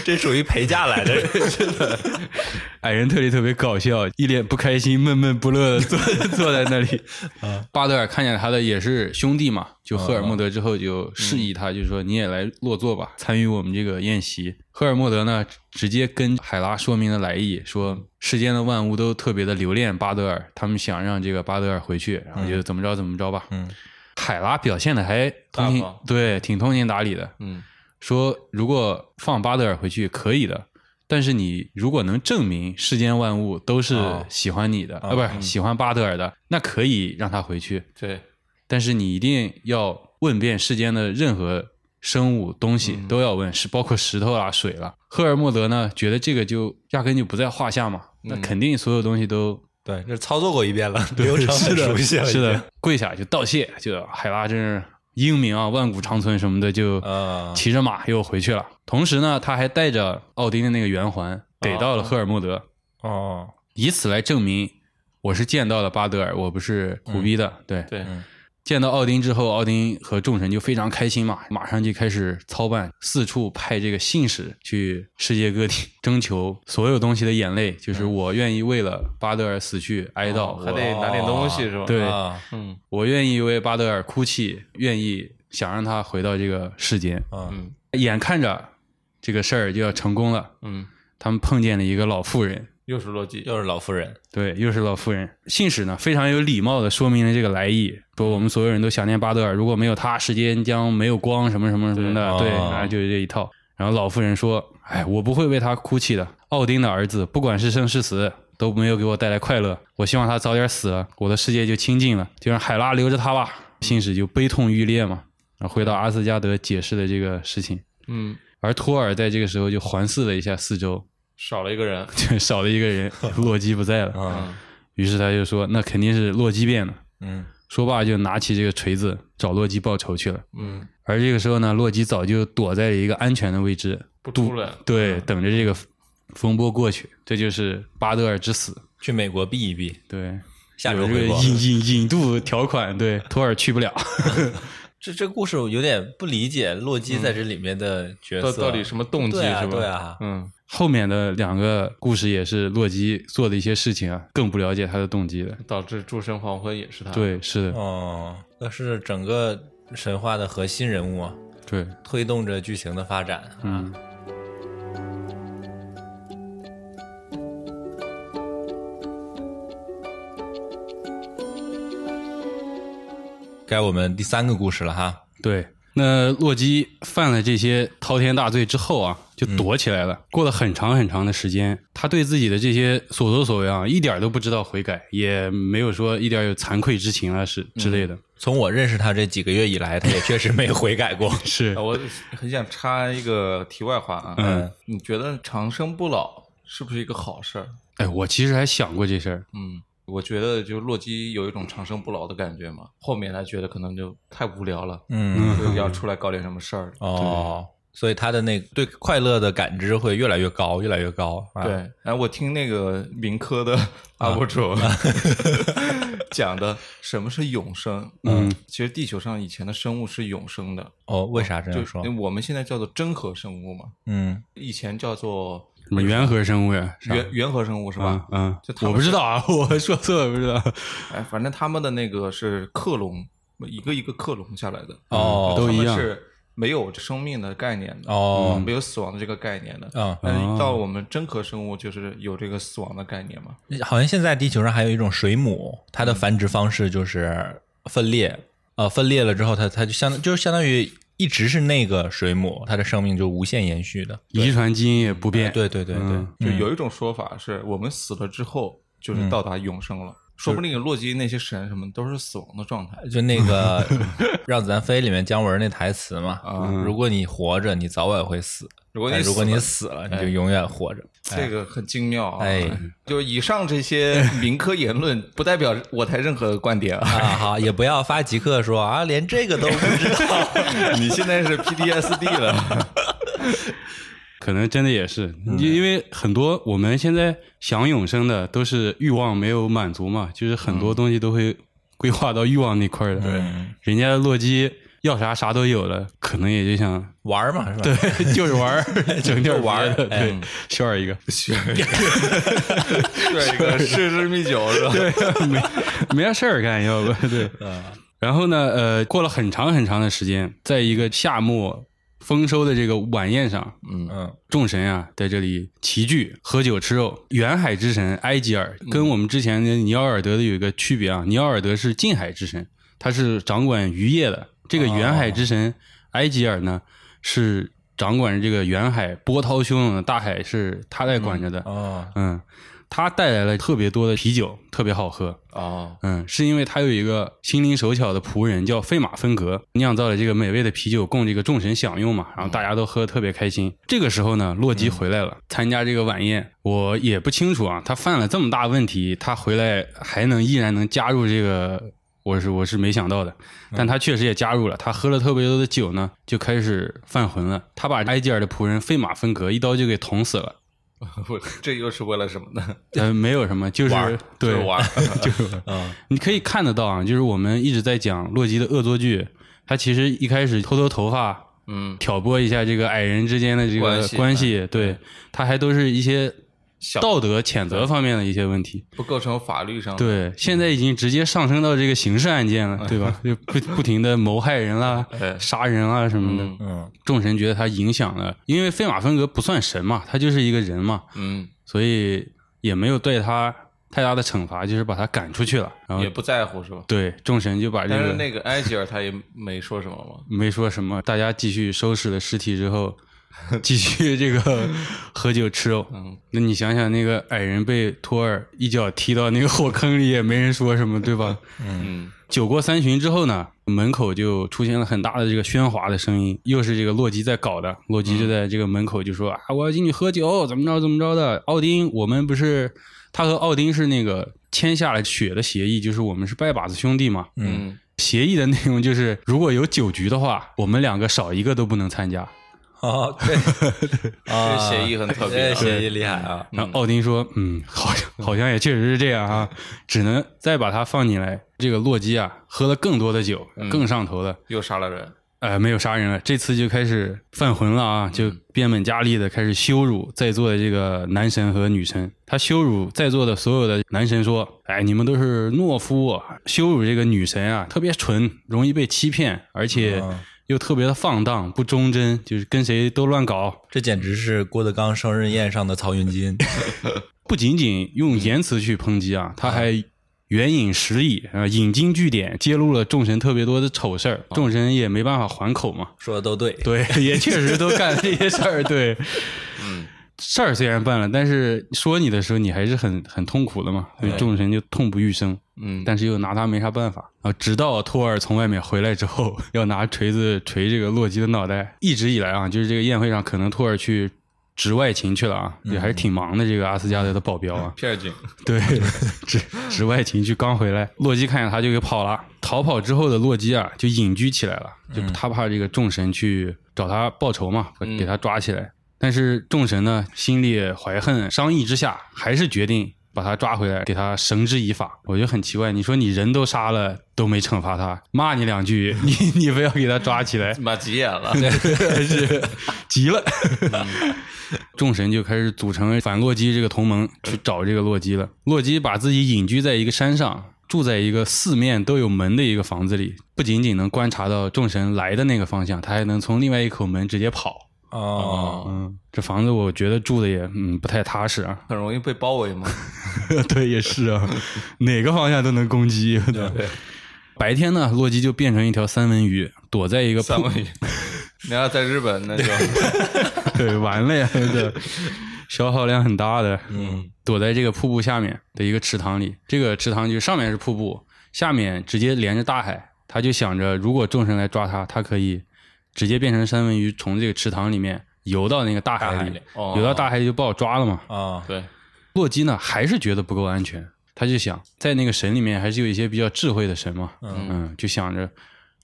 D: 这属于陪嫁来的，
C: [LAUGHS] 矮人特里特别搞笑，一脸不开心、闷闷不乐的
A: [LAUGHS]
C: 坐坐在那里。
A: 啊
C: 巴德尔看见他的也是兄弟嘛，就赫尔墨德之后就示意他，就说你也来落座吧，参与我们这个宴席。赫尔墨德呢，直接跟海拉说明了来意，说世间的万物都特别的留恋巴德尔，他们想让这个巴德尔回去，然后就怎么着怎么着吧。
D: 嗯，
C: 海拉表现的还通
A: 大
C: 情
A: 方，
C: 对，挺通情达理的。
A: 嗯，
C: 说如果放巴德尔回去可以的，但是你如果能证明世间万物都是喜欢你的，啊，不
D: 嗯
C: 是喜欢巴德尔的，那可以让他回去。
A: 对，
C: 但是你一定要问遍世间的任何生物东西，
D: 嗯
C: 都要问，是包括石头啦、水啦。赫尔墨德呢，觉得这个就压根就不在话下嘛，那肯定所有东西都
D: 对，这操作过一遍了，嗯流程很熟悉了，
C: [LAUGHS] 是的，跪下就道谢，就海拉真是英明啊，万古长存什么的，就
D: 啊
C: 骑着马又回去了。同时呢，他还带着奥丁的那个圆环给到了赫尔墨德，
D: 哦，
C: 以此来证明我是见到了巴德尔，我不是胡逼的。对
A: 对
D: 嗯
C: 见到奥丁之后，奥丁和众神就非常开心嘛，马上就开始操办，四处派这个信使去世界各地征求所有东西的眼泪，就是我愿意为了巴德尔死去哀悼，
A: 哦还
C: 我
A: 得拿点东西是吧？
C: 对
D: 啊
A: 嗯
C: 我愿意为巴德尔哭泣，愿意想让他回到这个世间。
D: 嗯
A: 嗯
C: 眼看着这个事儿就要成功了，
A: 嗯，
C: 他们碰见了一个老妇人，
A: 又是洛基，
D: 又是老妇人，
C: 对，又是老妇人。信使呢非常有礼貌的说明了这个来意，说我们所有人都想念巴德尔，如果没有他，世间将没有光，什么什么什么的，
D: 对
C: 对，
D: 哦
C: 啊，就是这一套。然后老妇人说：“哎，我不会为他哭泣的。奥丁的儿子，不管是生是死，都没有给我带来快乐。我希望他早点死了，我的世界就清净了，就让海拉留着他吧。”信使就悲痛欲裂嘛，然后回到阿斯加德解释了这个事情。
A: 嗯，
C: 而托尔在这个时候就环视了一下四周，
A: 少了一个人，
C: 就 [LAUGHS] 少了一个人，洛基不在了。
D: 啊
A: 嗯
C: 于是他就说：“那肯定是洛基变的。
D: 嗯”
C: 说罢就拿起这个锤子找洛基报仇去了。
A: 嗯，
C: 而这个时候呢，洛基早就躲在了一个安全的位置，
A: 不出来，
C: 对，等着这个风波过去。这就是巴德尔之死，
D: 去美国避一避，
C: 对，
D: 下周
C: 有这个
D: 回国。
C: 引引引渡条款，对，托尔去不了。 [LAUGHS]
D: 这这故事我有点不理解，洛基在这里面的角
A: 到
D: 色
A: 到底什么动机
D: 对啊
A: 是吧？
D: 对啊
A: 嗯
C: 后面的两个故事也是洛基做的一些事情啊，更不了解他的动机了。
A: 导致诸神黄昏也是他，，
C: 对，是的，
D: 哦，那是整个神话的核心人物啊，
C: 对。
D: 推动着剧情的发展啊。该我们第三个故事了哈，
C: 对，那洛基犯了这些滔天大罪之后啊，就躲起来了。过了很长很长的时间，他对自己的这些所作所为啊，一点儿都不知道悔改，也没有说一点儿有惭愧之情啊，是之类的。
A: 嗯
D: 从我认识他这几个月以来，他也确实没悔改过。
C: 是
A: 啊，我很想插一个题外话啊，
C: 嗯，
A: 你觉得长生不老是不是一个好事儿？
C: 哎，我其实还想过这事儿。
A: 嗯，我觉得就洛基有一种长生不老的感觉嘛，后面他觉得可能就太无聊了，
D: 嗯，
A: 就要出来搞点什么事儿。
D: 哦，所以他的那对快乐的感知会越来越高，越来越高。啊、
A: 对，，哎，我听那个民科的 UP 主 [LAUGHS] 讲的什么是永生。嗯，其实地球上以前的生物是永生的，
D: 哦，为啥这
A: 就
D: 样说？
A: 我们现在叫做真核生物嘛，
D: 嗯，
A: 以前叫做
C: 什么原核生物呀？是吧啊
A: 原原核生物是吧？
C: 嗯
A: 就他
C: 嗯，
A: 们
C: 我不知道啊， [LAUGHS] 我说错了，不知道。
A: 哎，反正他们的那个是克隆，一个一个克隆下来的，嗯
D: 哦
A: 他们
C: 都一样
A: 是没有生命的概念的，
D: 哦
A: 嗯没有死亡的这个概念的。
D: 啊、
A: 但是到我们真核生物，就是有这个死亡的概念嘛？
D: 嗯好像现在地球上还有一种水母，它的繁殖方式就是分裂，呃，分裂了之后它，它就相就是相当于一直是那个水母，它的生命就无限延续的。
C: 遗传基因也不
A: 呃
C: 变。
D: 对对对对，
C: 嗯
A: 就有一种说法是我们死了之后，就是到达永生了。说不定洛基那些神什么都是死亡的状态。
D: 就那
A: [LAUGHS]
D: 个《让子弹飞》里面姜文那台词嘛，如果你活着，你早晚会死；
A: 啊如果
D: 但
A: 你
D: 哎如果
A: 死
D: 你
A: 了哎
D: 死了，你就永远活着。
A: 这个很精妙啊！
D: 哎，
A: 就是以上这些民科言论，不代表我台任何观点啊。 [LAUGHS]
D: 啊，好，也不要发极客说啊，连这个都不知道。
A: 你现在是 PTSD 了，
C: 可能真的也是，因因为很多我们现在想永生的都是欲望没有嗯满足嘛，就是很多东西都会规划到欲望那块儿的。对，人家的洛基要啥啥都有了，可能也就想
D: 玩儿嘛，是吧？
C: 对， [LAUGHS] 就是玩儿，整点玩儿的，
D: 哎
C: 对，炫儿一个，
A: 这个试试蜜酒是吧？对，
C: 没没啥事儿干，要不对。 [LAUGHS] 然后呢，呃，过了很长很长的时间，在一个夏末丰收的这个晚宴上，
A: 嗯，
D: 嗯
C: 众神啊在这里齐聚喝酒吃肉。远海之神埃吉尔跟我们之前的尼奥尔德的有一个区别啊，尼奥尔德是近海之神，他是掌管渔业的。这个远海之神埃吉尔呢是掌管这个远海波涛汹涌的大海，是他在管着的。
D: 哦，
C: 嗯，他带来了特别多的啤酒，特别好喝。
A: 哦，
C: 嗯，是因为他有一个心灵手巧的仆人叫费马芬格，酿造了这个美味的啤酒供这个众神享用嘛，然后大家都喝得特别开心。这个时候呢，洛
A: 嗯
C: 基回来了，参加这个晚宴，我也不清楚啊，他犯了这么大问题，他回来还能依然能加入这个。我是我是没想到的，
A: 嗯
C: 但他确实也加入了。他喝了特别多的酒呢，就开始犯浑了。他把埃吉尔的仆人费马芬格一刀就给捅死了。
A: 我这又是为了什么呢？
C: 呃，没有什么，就是
A: 玩儿
C: 对
A: 就是玩儿，
C: 你可以看得到啊，就是我们一直在讲洛基的恶作剧，他其实一开始偷偷头发，
A: 嗯，
C: 挑拨一下这个矮人之间的这个关
A: 关
C: 系，
A: 系哎
C: 对，他还都是一些
A: 小
C: 道德谴责方面的一些问题。
A: 不构成法律上的嗯
C: 对，现在已经直接上升到这个刑事案件
A: [LAUGHS]
C: 了，对吧？就不不停的谋害人啦、
A: 哎
C: 杀人啊什么的。
A: 嗯
D: 嗯
C: 众神觉得他影响了，因为费马芬格不算神嘛，他就是一个人嘛，
A: 嗯，
C: 所以也没有对他太大的惩罚，就是把他赶出去了。然后
A: 也不在乎是吧？
C: 对众神就把这
A: 但
C: 个
A: 是那个埃吉尔他也没说什么嘛，
C: 没说什么，大家继续收拾了尸体之后，继续
A: [LAUGHS]
C: 这个喝酒吃肉。
A: 嗯，
C: 那你想想，那个矮人被托尔一脚踢到那个火坑里，也没人说什么，对吧？
A: 嗯，
C: 酒过三巡之后呢，门口就出现了很大的这个喧哗的声音，又是这个洛基在搞的。洛基就
A: 嗯
C: 在这个门口就说、啊，我要进去喝酒，怎么着怎么着的。奥丁，我们不是他和奥丁是那个签下了血的协议，就是我们是拜把子兄弟嘛。
A: 嗯，
C: 协议的内容就是，如果有酒局的话，我们两个少一个都不能参加。
D: 哦，对
A: [LAUGHS] 这
D: 啊，
A: 协议很特别
D: 这
A: 啊，
D: 协议厉害啊！
C: 然后奥丁说：“嗯，好像好像也确实是这样啊，只能再把他放进来。”这个洛基啊，喝了更多的酒，更上头了。
A: 又杀了人，
C: 呃，没有杀人了，这次就开始犯浑了啊，就变本加厉的开始羞辱在座的这个男神和女神。他羞辱在座的所有的男神说：“哎，你们都是懦夫！”啊羞辱这个女神啊，特别蠢，容易被欺骗，而且
D: 嗯
C: 又特别的放荡、不忠贞，就是跟谁都乱搞。
D: 这简直是郭德纲生日宴上的曹
A: [LAUGHS]
D: 云金，
C: 不仅仅用言辞去抨击啊，他还援引实例啊，引经据典，揭露了众神特别多的丑事儿，众神也没办法还口嘛。
D: 说的都对。
C: 对， [LAUGHS] 也确实都干了这些事儿。对，嗯，事儿虽然办了，但是说你的时候，你还是很很痛苦的嘛。所以众神就痛不欲生，
A: 嗯，
C: [LAUGHS] 但是又拿他没啥办法啊。直到托尔从外面回来之后， [LAUGHS] 要拿锤子锤这个洛基的脑袋。一直以来啊，就是这个宴会上，可能托尔去。职外勤去了啊，也还是挺忙的。这个阿斯加德的保镖啊，
A: 片儿 [LAUGHS] 警，
C: 对，职职外情绪刚回来，洛基看见他就给跑了。逃跑之后的洛基啊，就隐居起来了，就他怕这个众神去找他报仇嘛，给他抓起来。但是众神呢，心里怀恨，商议之下，还是决定把他抓回来，给他绳之以法。我觉得很奇怪，你说你人都杀了都没惩罚他，骂你两句，你你非要给他抓起来，
A: 妈急眼
C: [LAUGHS]
A: 了，
C: 是 [LAUGHS] 急了。嗯众神就开始组成反洛基这个同盟，去找这个洛基了。洛基把自己隐居在一个山上，住在一个四面都有门的一个房子里，不仅仅能观察到众神来的那个方向，他还能从另外一口门直接跑。
D: 哦，
C: 嗯，这房子我觉得住的也嗯不太踏实啊。
A: 很容易被包围嘛，
C: [LAUGHS] 对，也是啊， [LAUGHS] 哪个方向都能攻击。对，白天呢，洛基就变成一条三文鱼，躲在一个
A: 三
C: 铺
A: 文鱼。你要在日本，那就
C: [LAUGHS] 对，完了呀，对，消耗量很大的。嗯，躲在这个瀑布下面的一个池塘里，这个池塘就是上面是瀑布，下面直接连着大海。他就想着，如果众神来抓他，他可以直接变成三文鱼，从这个池塘里面游到那个大海里，
D: 大海里
A: 哦
C: 游到大海里就不好抓了嘛。
D: 啊，
A: 对，
C: 洛基呢，还是觉得不够安全，他就想在那个神里面还是有一些比较智慧的神嘛，嗯就想着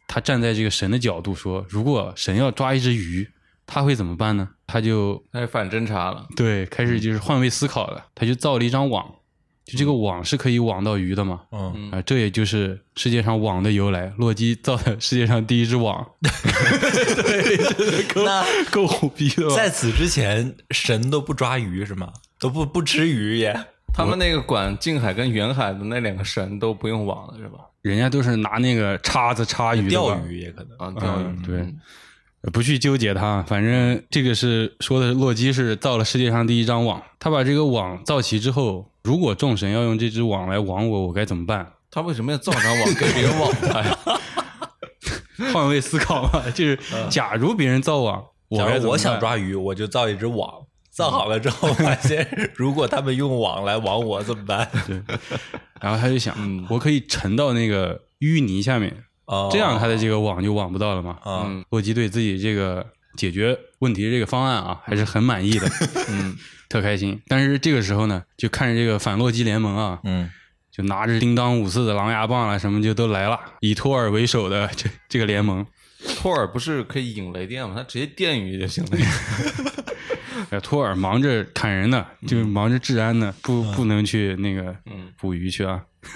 C: 他站在这个神的角度说，如果神要抓一只鱼，他会怎么办呢？他就
A: 那是反侦查了。
D: 嗯
C: 对，开始就是换位思考了，他就造了一张网，就这个网是可以网到鱼的嘛。
D: 嗯，
C: 啊，这也就是世界上网的由来。洛基造的世界上第一
D: [LAUGHS]
C: 只网， [LAUGHS]
D: 那
C: 够虎逼的吧？
D: 在此之前，神都不抓鱼是吗？都不不吃鱼也。
A: 他们那个管近海跟远海的那两个神都不用网了是吧？
C: 人家都是拿那个叉子叉鱼的吧
D: 钓鱼也可能，
A: 啊，钓鱼
C: 嗯，对，呃不去纠结它，反正这个是说的是洛基是造了世界上第一张网，他把这个网造齐之后，如果众神要用这只网来网我，我该怎么办？
A: 他为什么要造张网给别人网哎拍？
C: 换位思考嘛，就是假如别人造网，
D: 嗯
C: 我
D: 假
C: 该
D: 如我
C: 怎么
D: 想
C: 办
D: 抓鱼，我就造一只网，造好了之
C: [LAUGHS]
D: 后发现，如果他们用网来网我怎么办？
C: 然后他就想，我可以沉到那个淤泥下面，
D: 哦
C: 这样他的这个网就网不到了嘛。
D: 啊
A: 嗯
C: 洛基对自己这个解决问题的这个方案啊，还是很满意的，
A: 嗯，
C: [LAUGHS] 特开心。但是这个时候呢，就看着这个反洛基联盟啊，
D: 嗯
C: 就拿着叮当五四的狼牙棒啊，什么就都来了，以托尔为首的这这个联盟，
A: 托尔不是可以引雷电吗？他直接电鱼就行了。
C: 呃托尔忙着砍人呢，就忙着治安呢，不不能去那个
A: 嗯
C: 捕鱼去啊。 [LAUGHS]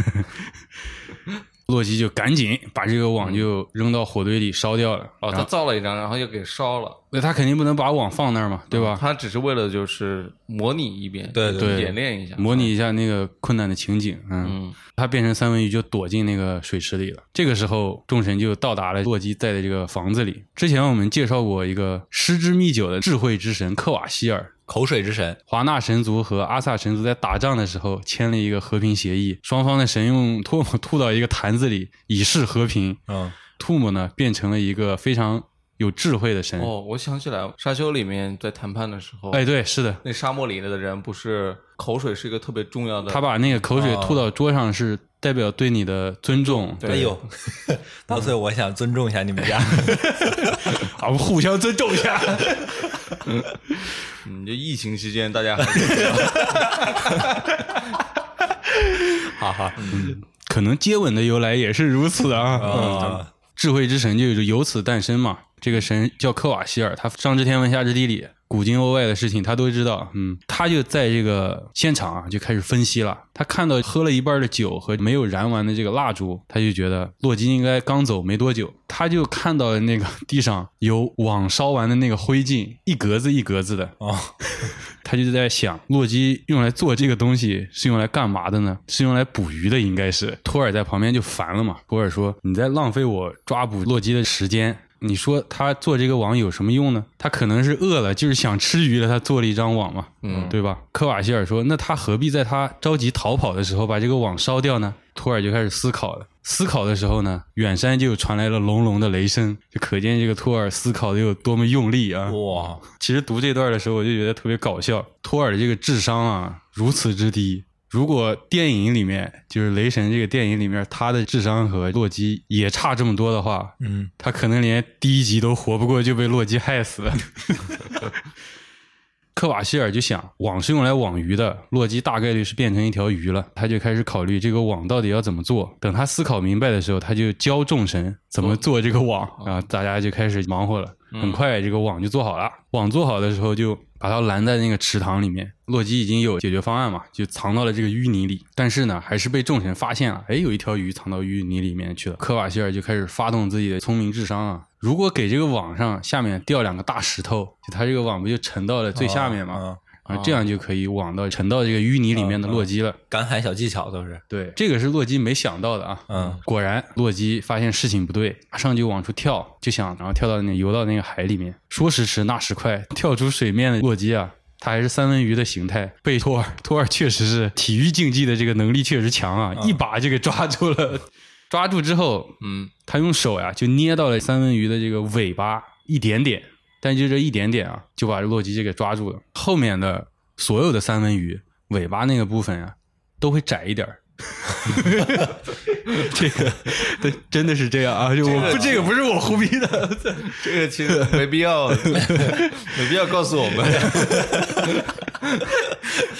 C: 洛基就赶紧把这个网就扔到火堆里烧掉了。
A: 嗯哦，
C: 然
A: 他
C: 后
A: 造了一张，然后又给烧了，嗯
C: 那他肯定不能把网放那儿嘛，对吧？
A: 他只是为了就是模拟一遍，
D: 对对
C: 对
A: 演练一下，
C: [LAUGHS] 模拟一下那个困难的情景，嗯，
A: 嗯，
C: 他变成三文鱼就躲进那个水池里了。这个时候，众神就到达了洛基在的这个房子里。之前我们介绍过一个失之蜜酒的智慧之神克瓦希尔，
D: 口水之神，
C: 华纳神族和阿萨神族在打仗的时候签了一个和平协议，双方的神用唾沫吐到一个坛子里，以示和平。
D: 嗯
C: 吐沫呢变成了一个非常有智慧的神。
A: 哦，我想起来，《沙丘》里面在谈判的时候，
C: 哎，，对，是的，
A: 那沙漠里的人不是口水是一个特别重要的，
C: 他把那个口水
D: 哦
C: 吐到桌上，是代表对你的尊重。
A: 对
D: 哎呦， [LAUGHS] 到最后我想尊重一下你们
C: [LAUGHS]
D: 家，
C: 啊，我们互相尊重一下。
A: 嗯，就疫情期间大家还
C: [LAUGHS]
A: 是
D: 哈哈
C: 可能接吻的由来也是如此啊。
D: 啊
C: 智慧之神就由此诞生嘛。这个神叫科瓦希尔，他上知天文下知地理，古今欧外的事情他都知道。嗯，他就在这个现场啊，就开始分析了。他看到喝了一半的酒和没有燃完的这个蜡烛，他就觉得洛基应该刚走没多久。他就看到了那个地上有网烧完的那个灰烬，一格子一格子的，
D: 哦，
C: 他就在想，洛基用来做这个东西是用来干嘛的呢？是用来捕鱼的，应该是。托尔在旁边就烦了嘛。托尔说：“你在浪费我抓捕洛基的时间。”你说他做这个网有什么用呢？他可能是饿了，就是想吃鱼了，他做了一张网嘛，
A: 嗯
C: 对吧？科瓦希尔说：“那他何必在他着急逃跑的时候把这个网烧掉呢？”托尔就开始思考了。思考的时候呢，远山就传来了隆隆的雷声，就可见这个托尔思考的有多么用力啊！
D: 哇，
C: 其实读这段的时候，我就觉得特别搞笑。托尔的这个智商啊，如此之低。如果电影里面，就是《雷神》这个电影里面，他的智商和洛基也差这么多的话，
D: 嗯，
C: 他可能连第一集都活不过，就被洛基害死了。科瓦希尔就想，网是用来网鱼的，洛基大概率是变成一条鱼了。他就开始考虑这个网到底要怎么做。等他思考明白的时候，他就教众神怎么做这个网啊！嗯大家就开始忙活了。很快，这个网就做好了。网做好的时候，就把它拦在那个池塘里面。洛基已经有解决方案嘛，就藏到了这个淤泥里。但是呢，还是被众神发现了，哎，有一条鱼藏到淤泥里面去了。科瓦希尔就开始发动自己的聪明智商啊！如果给这个网上下面掉两个大石头，就他这个网不就沉到了最下面嘛？
D: 嗯嗯
C: 啊，这样就可以网到沉到这个淤泥里面的洛基了。
D: 赶海小技巧都是，
C: 啊对，这个是洛基没想到的啊。
D: 嗯，
C: 果然洛基发现事情不对，马上就往出跳，就想然后跳到那游到那个海里面。说时迟，那时快，跳出水面的洛基啊。他还是三文鱼的形态，被托尔托尔确实是体育竞技的这个能力确实强啊，一把就给抓住 [LAUGHS] 了。抓住之后，
A: 嗯，
C: 他用手呀就捏到了三文鱼的这个尾巴一点点，但就这一点点啊，就把洛基就给抓住了。后面的所有的三文鱼尾巴那个部分啊，都会窄一点 [LAUGHS] 儿。这个对，真的是这样啊！就我不这个 [LAUGHS] 不是我胡逼的，
A: 这个其实没必要， [LAUGHS] 没必要告诉我们。
C: [LAUGHS]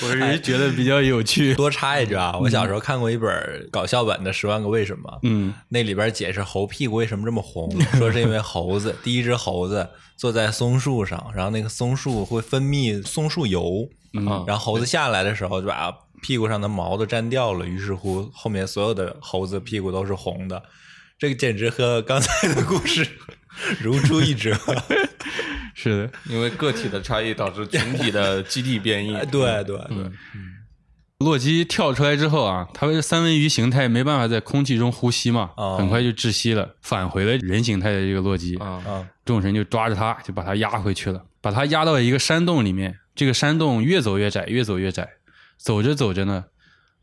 C: 我是觉得比较有趣。
D: 多插一句啊，我小时候看过一本搞笑版的《十万个为什么》，
C: 嗯，
D: 那里边解释猴屁股为什么这么
C: [LAUGHS]
D: 红，说是因为猴子，第一只猴子坐在松树上，然后那个松树会分泌松树油，
C: 嗯
D: 然后猴子下来的时候就把屁股上的毛都粘掉了，于是乎后面所有的猴子屁股都是红的。这个简直和刚才的故事如出一辙。
C: 是的，
A: 因为个体的差异导致群体的集体变异
C: [LAUGHS]
D: 哎。对对对，
C: 洛基跳出来之后啊，他为三文鱼形态没办法在空气中呼吸嘛，
D: 哦
C: 很快就窒息了，返回了人形态的这个洛基。
A: 啊，
D: 啊
C: 众神就抓着他，就把他押回去了，把他押到一个山洞里面。这个山洞越走越窄，越走越窄，走着走着呢，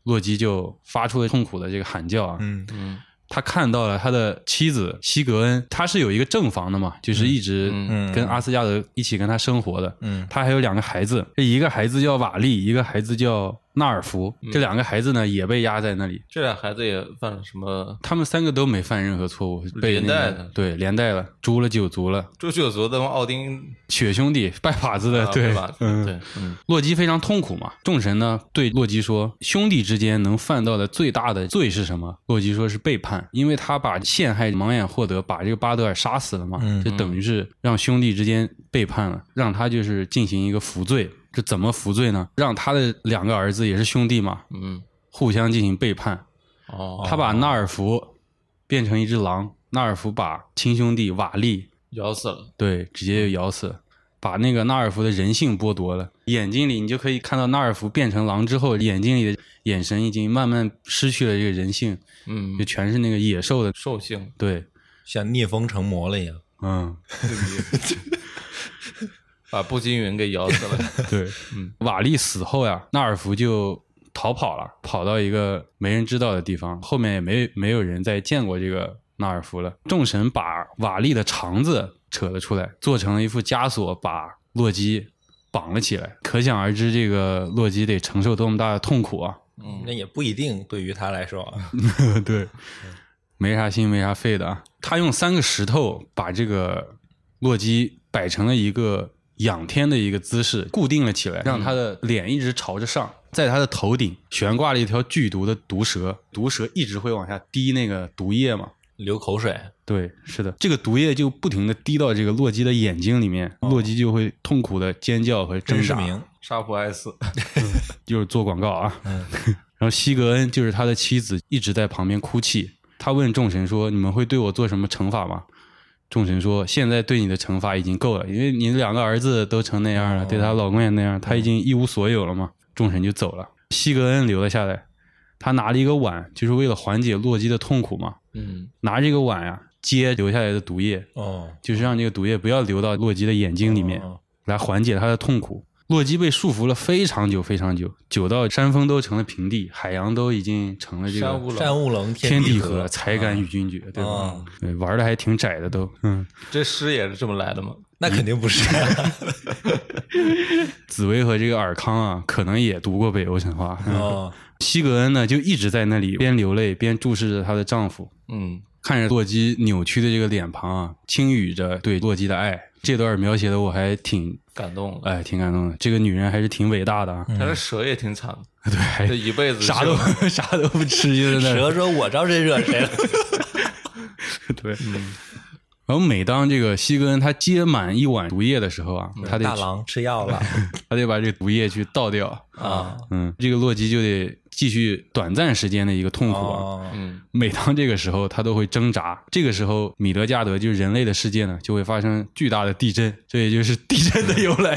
C: 洛基就发出了痛苦的这个喊叫啊。
D: 嗯
A: 嗯
C: 他看到了他的妻子西格恩，他是有一个正房的嘛，就是一直
A: 嗯
D: 嗯
C: 跟阿斯加德一起跟他生活的。
D: 嗯
C: 他还有两个孩子，这一个孩子叫瓦利，一个孩子叫纳尔福。
A: 嗯
C: 这两个孩子呢也被压在那里，
A: 这俩孩子也犯了什么？
C: 他们三个都没犯任何错误，被那个
A: 连带的
C: 对连带了，诛了九族了，
A: 这就族的奥丁
C: 血兄弟拜把子的，
A: 啊
C: 对
A: 吧？
C: 嗯，
A: 对，嗯
C: 洛基非常痛苦嘛，众神呢对洛基说：“兄弟之间能犯到的最大的罪是什么？”洛基说是背叛，因为他把陷害蒙眼获得，把这个巴德尔杀死了嘛，
D: 嗯
C: 就等于是让兄弟之间背叛了，让他就是进行一个赎罪。这怎么赎罪呢？让他的两个儿子也是兄弟嘛，
A: 嗯，
C: 互相进行背叛。
A: 哦，
C: 他把纳尔福变成一只狼，纳尔福把亲兄弟瓦利
A: 咬死了，
C: 对，直接就咬死，把那个纳尔福的人性剥夺了。眼睛里你就可以看到纳尔福变成狼之后，眼睛里的眼神已经慢慢失去了这个人性，
A: 嗯
C: 就，全是那个野兽的。
A: 兽性
C: 对，
D: 像逆风成魔了一样。
C: 嗯，
A: 对不对？ [LAUGHS] 把步惊云给咬死了，
C: 对，
A: 嗯，
C: 瓦力死后呀，纳尔福就逃跑了，跑到一个没人知道的地方，后面也没没有人再见过这个纳尔福了。众神把瓦力的肠子扯了出来，做成了一副枷锁，把洛基绑了起来。可想而知，这个洛基得承受多么大的痛苦啊！ [LAUGHS]
A: 嗯
D: 那，也不一定，对于他来说啊，
C: 对，没啥心没啥肺的啊。他用三个石头把这个洛基摆成了一个仰天的一个姿势，固定了起来，让他的脸一直朝着上，在他的头顶悬挂了一条剧毒的毒蛇，毒蛇一直会往下滴那个毒液嘛。
D: 流口水。
C: 对，是的，这个毒液就不停的滴到这个洛基的眼睛里面，洛基就会痛苦的尖叫和挣
D: 甄世
C: 扎。
D: 明，
A: 沙普爱斯，
C: 啊就是做广告啊。
D: 嗯
C: [LAUGHS] 然后西格恩就是他的妻子，一直在旁边哭泣。他问众神说：“你们会对我做什么惩罚吗？”众神说：“现在对你的惩罚已经够了，因为你两个儿子都成那样
D: 哦
C: 了，对她老公也
D: 嗯
C: 那样，她已经一无所有了嘛。”众神就走了，西格恩留了下来。他拿了一个碗，就是为了缓解洛基的痛苦嘛。
A: 嗯，
C: 拿这个碗呀、接留下来的毒液，
D: 哦，
C: 就是让这个毒液不要流到洛基的眼睛里面。
D: 哦
C: 来缓解他的痛苦。洛基被束缚了非常久，非常久，久到山峰都成了平地，海洋都已经成了这
A: 山
C: 个
A: 乌
D: 山
A: 龙，
D: 雾冷
C: 嗯天
D: 地
C: 地合，才敢与君绝，对吧？
D: 哦
C: 对，玩的还挺窄的都。嗯，
A: 这诗也是这么来的吗？
D: 那肯定不是。啊
C: 紫薇和这个尔康啊，可能也读过北欧神话。嗯
D: 哦，
C: 西格恩呢，就一直在那里边流泪边注视着她的丈夫，
A: 嗯，
C: 看着洛基扭曲的这个脸庞啊，轻语着对洛基的爱。这段描写的我还挺
A: 感动了。
C: 哎挺感动的，这个女人还是挺伟大的啊。 [LAUGHS]
D: 嗯
A: 他这蛇也挺
D: [LAUGHS]
A: 惨的，
C: 对
A: 这，一辈子
C: 啥都
A: 就
C: 啥都不吃，就是
D: [LAUGHS]
C: 那
D: 蛇说：“我招谁惹谁了
C: [LAUGHS] 对，
D: 嗯
C: 然后每当这个西格恩他接满一碗毒液的时候啊，他？”得
D: 嗯大郎吃药了。
C: 他得把这毒液去倒掉。
A: 啊，
C: [LAUGHS] 嗯，这个洛基就得继续短暂时间的一个痛苦啊。
D: 哦，
A: 嗯，
C: 每当这个时候，他都会挣扎。这个时候，米德加德就是人类的世界呢，就会发生巨大的地震，这也就是地震的由
D: [LAUGHS]
C: 来。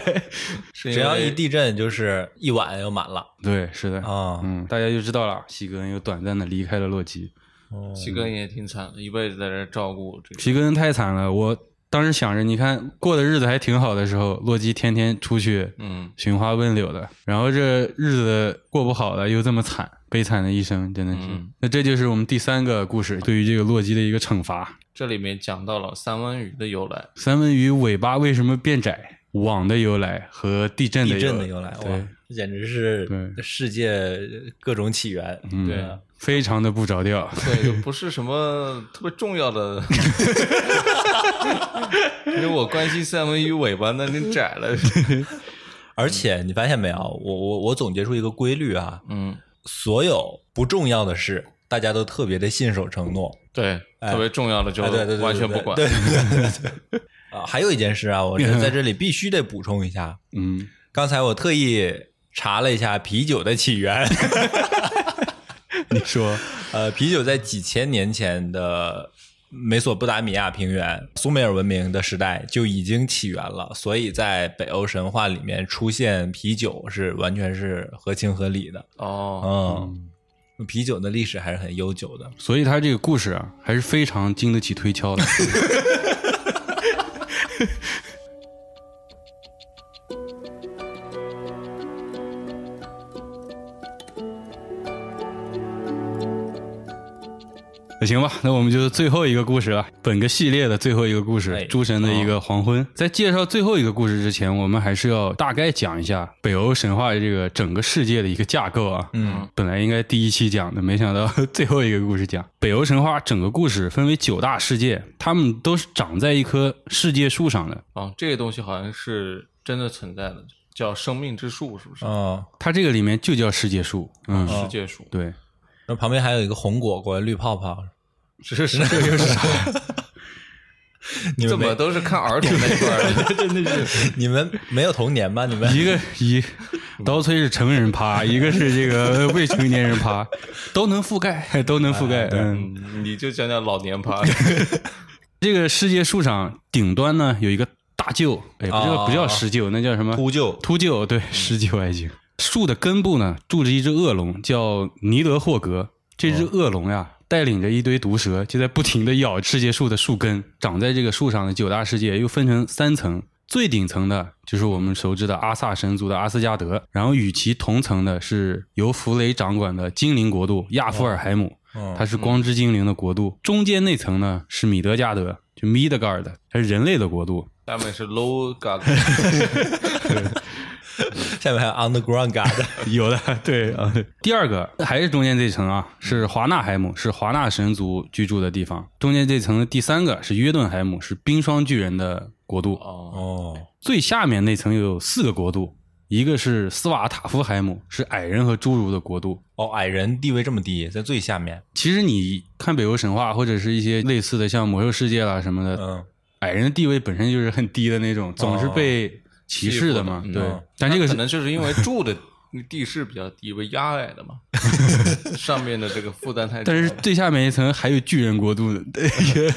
A: 是因
D: 只要
A: 为
D: 一地震，就是一碗就满了
C: 对，是的，
D: 啊。
C: 嗯，大家就知道了。西格恩又短暂的离开了洛基。
D: 哦
A: 西哥也挺惨的，一辈子在这儿照顾这个，
C: 皮格恩太惨了，我当时想着，你看过的日子还挺好的时候，洛基天天出去
A: 嗯，
C: 寻花问柳的，然后这日子过不好了，又这么惨，悲惨的一生，真的是。
A: 嗯
C: 那这就是我们第三个故事，对于这个洛基的一个惩罚。
A: 这里面讲到了三文鱼的由
D: [LAUGHS]
A: 来，
C: 三文鱼尾巴为什么变窄？网的由来和地震的
D: 地震
C: 来
D: 的由来，哇
C: 对，
D: 这简直
C: 对
D: 是世界各种起源。
C: 嗯
A: 对
D: 啊
C: 非常的不着调。
A: 对，就不是什么 [LAUGHS] 特别重要的。因为我关心三文鱼尾巴，那你窄
D: [LAUGHS]
A: 了，
D: 而且你发现没有，我我我总结出一个规律啊，
A: 嗯，
D: 所有不重要的事，大家都特别的信守承诺，
A: 对，特别重要的就
D: 哎，对对对，对
A: 完全不管
D: 对，对对对对。啊，还有一件事啊，我是在这里必须得补充一下，
C: 嗯
D: 刚才我特意查了一下啤酒的起源，
C: 你说，
D: 呃，啤酒在几千年前的美索不达米亚平原苏美尔文明的时代就已经起源了，所以在北欧神话里面出现啤酒是完全是合情合理的。
A: 哦，
D: 嗯，啤酒的历史还是很悠久的。
C: 所以他这个故事啊，还是非常经得起推敲的。 [LAUGHS] 那行吧，那我们就是最后一个故事了，本个系列的最后一个故事，
D: 哎
C: 诸神的一个黄昏。在介绍最后一个故事之前，我们还是要大概讲一下北欧神话这个整个世界的一个架构啊。
D: 嗯，
C: 本来应该第一期讲的，没想到 [LAUGHS] 最后一个故事讲。北欧神话整个故事分为九大世界，他们都是长在一棵世界树上的。
A: 哦，这个东西好像是真的存在的，叫生命之树，是不是？
D: 哦，
C: 它这个里面就叫世界树。嗯，
A: 世界树，
C: 对。
D: 那旁边还有一个红果果、绿泡泡，
A: 这是这个是啥？
D: [LAUGHS] 你
A: 怎
D: 们
A: 么
D: 没
A: 都是看儿童那块
C: [LAUGHS]
A: 儿？真的 [LAUGHS] 是
D: 你们没有童年吗？你们
C: 一个一刀崔是成人趴，一个是这个未成年人趴，都能覆盖， [LAUGHS] 都能覆盖。嗯，
A: 嗯，你就讲讲老年趴， [LAUGHS]
C: 这个世界树上顶端呢有一个大臼，哎，不叫不叫石臼，那叫什么？
D: 秃鹫
C: 秃鹫，对，石臼还行。树的根部呢住着一只恶龙，叫尼德霍格。这只恶龙呀，带领着一堆毒蛇，就在不停的咬世界树的树根。长在这个树上的九大世界又分成三层，最顶层的就是我们熟知的阿萨神族的阿斯加德，然后与其同层的是由弗雷掌管的精灵国度亚夫尔海姆。
D: 嗯
C: 它是光之精灵的国度，中间那层呢是米德加德，就 Midgard，它是人类的国度。
A: 下面是 low god，
D: 下面还有 underground god，
C: 有的，对啊。第二个还是中间这层啊，是华纳海姆，是华纳神族居住的地方。中间这层的第三个是约顿海姆，是冰霜巨人的国度。
A: 哦，
D: 哦，
C: 最下面那层又有四个国度，一个是斯瓦塔夫海姆，是矮人和侏儒的国度。
D: 哦，矮人地位这么低，在最下面，
C: 其实你看北欧神话或者是一些类似的，像魔兽世界啦什么的，
D: 嗯，
C: 矮人的地位本身就是很低的那种，总是被歧视的
A: 哦
C: 嘛。
A: 欺负的哦
C: 对，
D: 嗯
C: 但这个
A: 可
C: 是
A: 能就是因为住的地势比较低，被压矮的
C: [LAUGHS]
A: 嘛，上面的这个负担太大
C: 但
A: 了，
C: 是最下面一层还有巨人国度呢， [LAUGHS] 也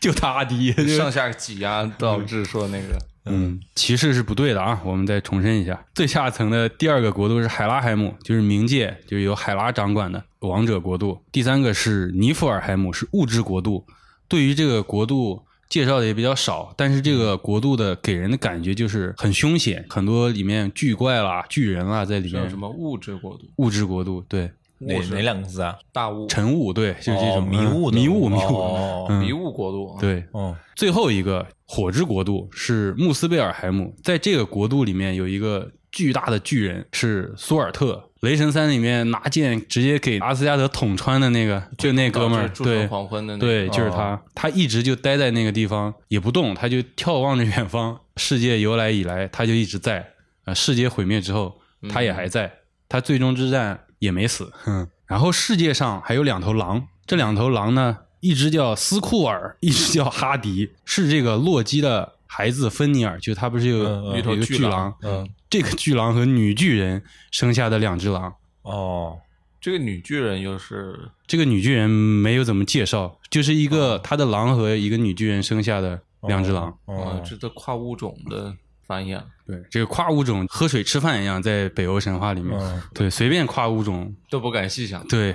C: 就
A: [LAUGHS]
C: 他低。
A: 上下挤压导致说那个
C: 嗯，歧视是不对的啊！我们再重申一下，最下层的第二个国度是海拉海姆，就是冥界，就是由海拉掌管的王者国度。第三个是尼弗尔海姆，是物质国度。对于这个国度介绍的也比较少，但是这个国度的给人的感觉就是很凶险，很多里面巨怪啦、巨人啦在里
A: 叫
C: 面
A: 什。么物质国度、
C: 物质国度对，
D: 哪
A: 物质
D: 哪两个字啊？
A: 大物、
C: 晨雾对，就是这
D: 哦
C: 种
D: 迷雾的
C: 迷雾迷雾，
D: 哦
C: 嗯
A: 迷雾国度，，啊
C: 对，
D: 哦，
C: 最后一个火之国度是穆斯贝尔海姆，在这个国度里面有一个巨大的巨人是苏尔特，雷神三里面拿剑直接给阿斯加德捅穿的那个，就那哥们儿，
A: 铸
C: 对
A: 成黄昏的那个哦
C: 对，就是他，他一直就待在那个地方也不动，他就眺望着远方。世界由来以来，他就一直在。呃，世界毁灭之后，他
A: 嗯
C: 也还在，他最终之战也没死。 [LAUGHS] 嗯，然后世界上还有两头狼，这两头狼呢，一只叫斯库尔，一只叫哈迪，是这个洛基的孩子芬尼尔，就他不是有、
D: 嗯嗯
C: 有一
A: 头
C: 个
A: 巨
C: 巨
A: 狼
C: 狼，
D: 嗯，
C: 这个巨狼和女巨人生下的两只狼。
D: 哦，
A: 这个女巨人又是
C: 这个女巨人没有怎么介绍，就是一个她的狼和一个女巨人生下的两只狼。
A: 啊，
D: 哦，
A: 这都跨物种的繁衍，
C: 对，这个跨物种喝水吃饭一样，在北欧神话里面，
D: 嗯
C: 对，随便跨物种，
A: 都不敢细想。
C: 对，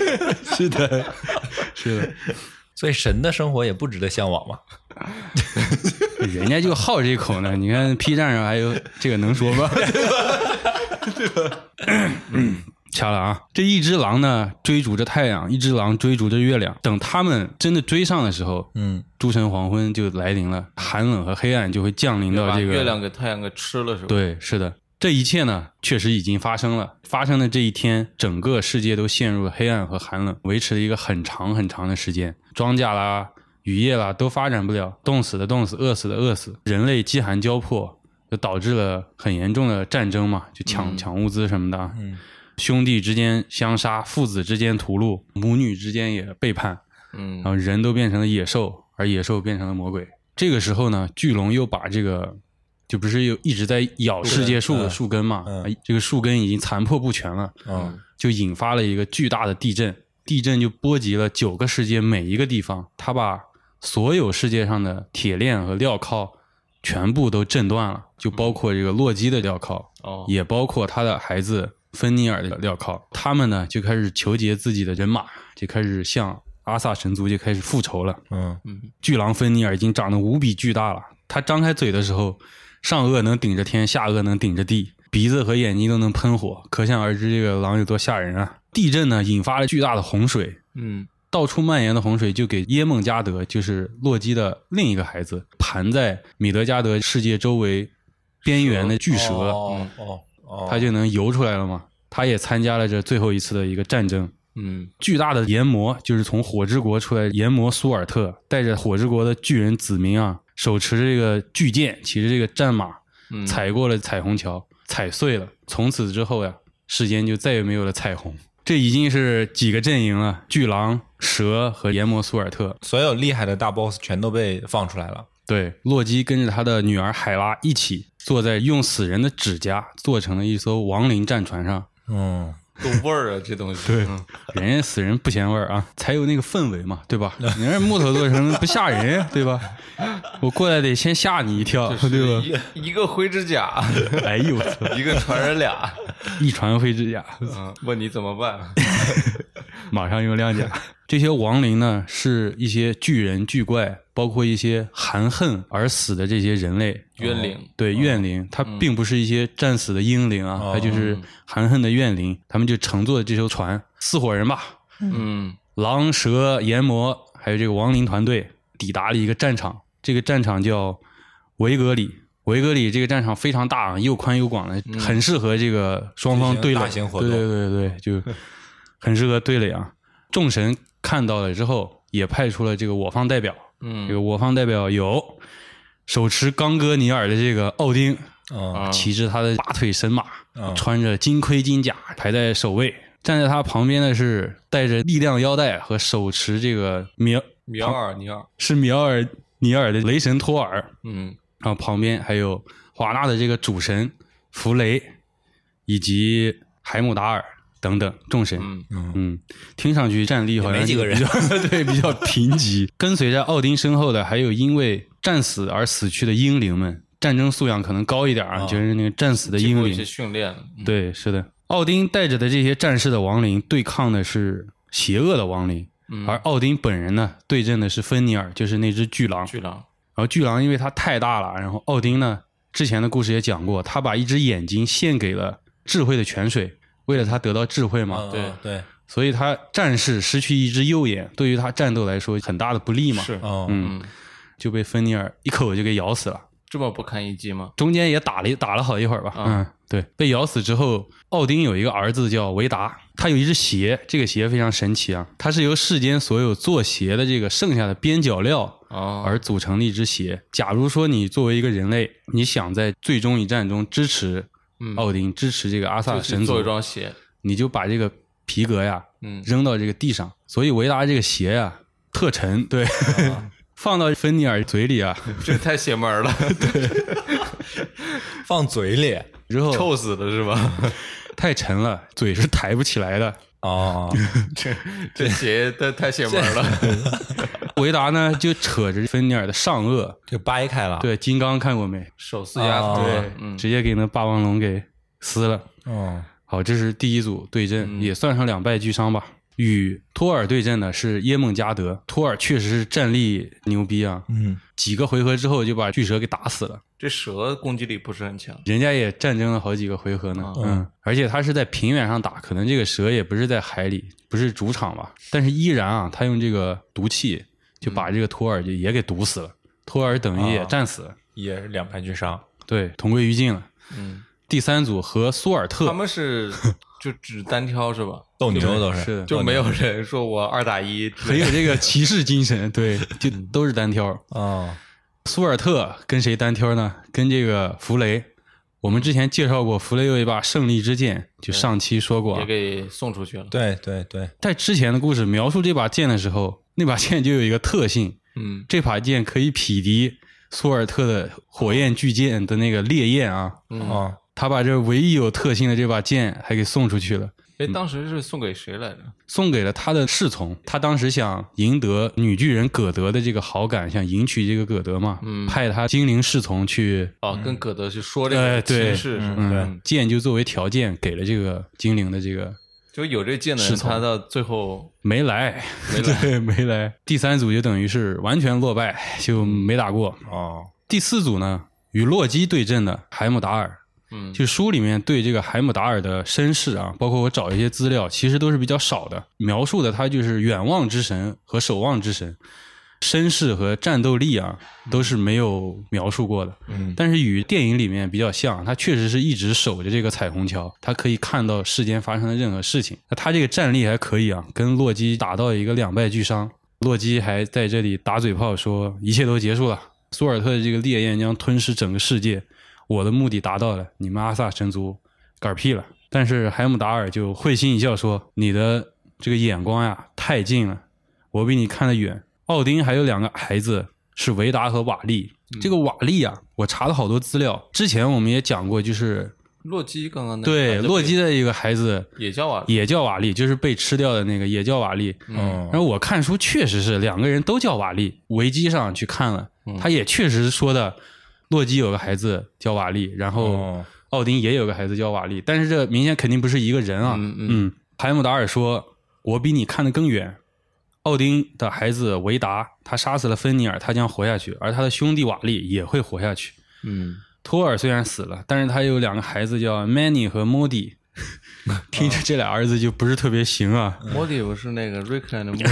C: [LAUGHS] 是的，是的。
D: 所以神的生活也不值得向往嘛。
C: 人家就好这口呢。你看 P 站上还有这个能说 [LAUGHS] 吗？对吧？掐了啊！这一只狼呢，追逐着太阳，一只狼追逐着月亮。等他们真的追上的时候，
D: 嗯，
C: 诸神黄昏就来临了，寒冷和黑暗就会降临到
A: 把
C: 这个
A: 月亮给太阳给吃了是吧？，
C: 对，是的，这一切呢，确实已经发生了。发生的这一天，整个世界都陷入了黑暗和寒冷，维持了一个很长很长的时间。庄稼啦、雨夜啦都发展不了，冻死的冻死，饿死的饿死，人类饥寒交迫，就导致了很严重的战争嘛，就抢、
A: 嗯
C: 抢物资什么的啊。
D: 嗯
C: 兄弟之间相杀，父子之间屠戮，母女之间也背叛，
A: 嗯
C: 然，后人都变成了野兽，而野兽变成了魔鬼。这个时候呢，巨龙又把这个就不是有一直在咬世界树的树根嘛？哎
D: 嗯
C: 这个树根已经残破不全了，
D: 嗯
C: 就引发了一个巨大的地震，地震就波及了九个世界每一个地方，它把所有世界上的铁链和镣铐全部都震断了，就包括这个洛基的镣铐，
A: 哦
C: 也包括他的孩子芬尼尔的镣铐。他们呢就开始求结自己的人马，就开始向阿萨神族就开始复仇了。
D: 嗯
C: 巨狼芬尼尔已经长得无比巨大了，它张开嘴的时候，上颚能顶着天，下颚能顶着地，鼻子和眼睛都能喷火，可想而知这个狼有多吓人啊！地震呢，引发了巨大的洪水，
A: 嗯
C: 到处蔓延的洪水就给耶梦加德，就是洛基的另一个孩子，盘在米德加德世界周围边缘的巨蛇，嗯
D: 哦哦哦，
C: 它就能游出来了嘛。他也参加了这最后一次的一个战争，
A: 嗯
C: 巨大的炎魔，就是从火之国出来，炎魔苏尔特带着火之国的巨人子民啊，手持这个巨剑，骑着这个战马，
A: 嗯，
C: 踩过了彩虹桥，踩碎了。从此之后呀，世间就再也没有了彩虹。这已经是几个阵营了：巨狼、蛇和炎魔苏尔特。
D: 所有厉害的大 boss 全都被放出来了。
C: 对，洛基跟着他的女儿海拉一起坐在用死人的指甲做成的一艘亡灵战船上，
D: 嗯，
A: 有味儿啊，这东西。对，
C: [LAUGHS] 人家死人不嫌味儿啊，才有那个氛围嘛，对吧？人家木头做成不吓人呀，对吧？我过来得先吓你一跳，对吧？
A: 一一个灰指
C: [LAUGHS]
A: 甲，
C: 哎呦，我操
A: 一个传染
C: [LAUGHS]
A: 俩，
C: 一传灰指甲，
A: 嗯，问你怎么
C: [LAUGHS]
A: 办？
C: 马上用亮甲。这些亡灵呢，是一些巨人、巨怪，包括一些含恨而死的这些人类哦
A: 冤灵啊嗯
C: 对怨灵，它并不是一些战死的英灵啊，
A: 哦
C: 它就是含恨的怨灵。他们就乘坐这艘船，四伙人吧，
A: 嗯
C: 狼蛇炎魔还有这个亡灵团队抵达了一个战场，这个战场叫维格里。维格里这个战场非常大，啊，又宽又广的，很适合这个双方对垒。啊
D: 进行大型活动
C: 对对对对，就很适合对垒啊。众神看到了之后，也派出了这个我方代表。这
A: 嗯
C: 个我方代表有手持冈戈尼尔的这个奥丁，
D: 嗯
A: 啊，
C: 骑着他的八腿神马，
D: 嗯
C: 穿着金盔金甲，排在首位。站在他旁边的是带着力量腰带和手持这个苗
A: 苗尔尼尔，
C: 是苗尔尼尔的雷神托尔，
A: 嗯
C: 然后旁边还有华纳的这个主神弗雷，以及海姆达尔等等众神。
A: 嗯
C: 嗯，听上去战力好像
D: 也没几个人
C: 就 [LAUGHS] 比较，对，比较贫
D: [LAUGHS]
C: 瘠。跟随在奥丁身后的还有因为战死而死去的英灵们，战争素养可能高一点啊，就是那个战死的
A: 经
C: 英
A: 过一
C: 灵
A: 些。训练，嗯
C: 对，是的，奥丁带着的这些战士的亡灵对抗的是邪恶的亡灵，
A: 嗯
C: 而奥丁本人呢对阵的是芬尼尔，就是那只巨狼。
A: 巨狼，
C: 然后巨狼因为它太大了，然后奥丁呢之前的故事也讲过，他把一只眼睛献给了智慧的泉水，为了他得到智慧嘛。
D: 嗯
A: 对
D: 对，
C: 所以他战士失去一只右眼，对于他战斗来说很大的不利嘛。
A: 是
D: 嗯
C: 嗯，就被芬尼尔一口就给咬死了。
A: 这么不堪一击吗？
C: 中间也打了一打了好一会儿吧。
A: 啊
C: 嗯，对，被咬死之后，奥丁有一个儿子叫维达，他有一只鞋，这个鞋非常神奇啊，它是由世间所有做鞋的这个剩下的边角料
A: 啊，
C: 而组成的一只鞋。假如说你作为一个人类，你想在最终一战中支持
A: 嗯
C: 奥丁，支持这个阿萨
A: 就
C: 神
A: 去
C: 族
A: 做一，双鞋，
C: 你就把这个皮革呀 [LAUGHS]
A: 嗯
C: 扔到这个地上。所以维达这个鞋呀、特沉，对，
A: 啊
C: [LAUGHS] 放到芬尼尔嘴里啊
A: 这太邪门
C: [LAUGHS]
A: 了，
D: 放嘴里
C: 之后，
A: 臭死了是
C: [LAUGHS]
A: 吧？
C: 太沉了，嘴是抬不起来的。 [LAUGHS]
D: 哦，
A: 这鞋太太邪门了，
C: 维达呢就扯着芬尼尔的上颚，
D: 就掰开了。，
C: 对，金刚看过没？
A: 手撕丫头，
D: 啊
A: 对嗯
C: 直接给那霸王龙给撕了。
D: 嗯
C: 好，这是第一组对阵，也算上两败俱伤吧。与托尔对阵的是耶梦加德，托尔确实是战力牛逼啊，
D: 嗯，
C: 几个回合之后就把巨蛇给打死了。
A: 这蛇攻击力不是很强，
C: 人家也战争了好几个回合呢，嗯，而且他是在平原上打，可能这个蛇也不是在海里，不是主场吧，但是依然啊，他用这个毒气就把这个托尔就也给毒死了，托尔等于也战死了，
D: 也是两败俱伤。
C: 对，同归于尽了。
A: 嗯，
C: 第三组和苏尔特，
A: 他们是就只单挑是吧？
D: 斗牛都是
C: 是的
A: 就没有人说我二打一之
C: 很
A: 类的，
C: 有这个骑士精神， [LAUGHS] 对，就都是单挑。
D: 嗯
C: 苏尔特跟谁单挑呢？跟这个弗雷。我们之前介绍过，弗雷有一把胜利之剑，就上期说过啊
A: 也，给送出去了。
D: 对对对，
C: 在之前的故事描述这把剑的时候，那把剑就有一个特性，
A: 嗯，
C: 这把剑可以匹敌索尔特的火焰巨剑的那个烈焰啊，
D: 嗯，
C: 他把这唯一有特性的这把剑还给送出去了。
A: 哎，当时是送给谁来着？
C: 送给了他的侍从，他当时想赢得女巨人葛德的这个好感，想迎娶这个葛德嘛，
A: 嗯
C: 派他精灵侍从去，
A: 哦，跟葛德去说这个
C: 嗯哎对
A: 亲事是吧，
C: 嗯，剑就作为条件给了这个精灵的这个
A: 就有这剑的人，他到最后
C: 没来， [LAUGHS] 对，没来。第三组就等于是完全落败，就没打过。
D: 哦，
C: 第四组呢，与洛基对阵的海姆达尔。
A: 嗯
C: 就书里面对这个海姆达尔的身世啊，包括我找一些资料，其实都是比较少的。描述的他就是远望之神和守望之神，身世和战斗力啊都是没有描述过的。
D: 嗯
C: 但是与电影里面比较像，他确实是一直守着这个彩虹桥，他可以看到世间发生的任何事情。那他这个战力还可以啊，跟洛基打到一个两败俱伤。洛基还在这里打嘴炮说一切都结束了，索尔特的这个烈焰将吞噬整个世界，我的目的达到了，你们阿萨神族嗝屁了。但是海姆达尔就会心一笑说：“你的这个眼光呀太近了，我比你看得远。奥丁还有两个孩子是维达和瓦利。
A: 嗯
C: 这个瓦利啊，我查了好多资料，之前我们也讲过，就是
A: 洛基刚刚那个
C: 对
A: 孩子
C: 洛
A: 被
C: 基的一个孩子
A: 也叫瓦利，
C: 也叫瓦利，就是被吃掉的那个也叫瓦利。
D: 嗯
A: 哦
C: 然后我看书确实是两个人都叫瓦利，维基上去看了，
A: 嗯
C: 他也确实说的，洛基有个孩子叫瓦利，然后
D: 哦
C: 奥丁也有个孩子叫瓦利，但是这明显肯定不是一个人啊。
A: 嗯嗯
C: 嗯，海姆达尔说：“我比你看得更远。”奥丁的孩子维达，他杀死了芬尼尔，他将活下去，而他的兄弟瓦利也会活下去。
A: 嗯，
C: 托尔虽然死了，但是他有两个孩子叫 Manny 和 Modi，听着这俩儿子就不是特别行啊。
A: 莫迪不是那个瑞克的莫迪，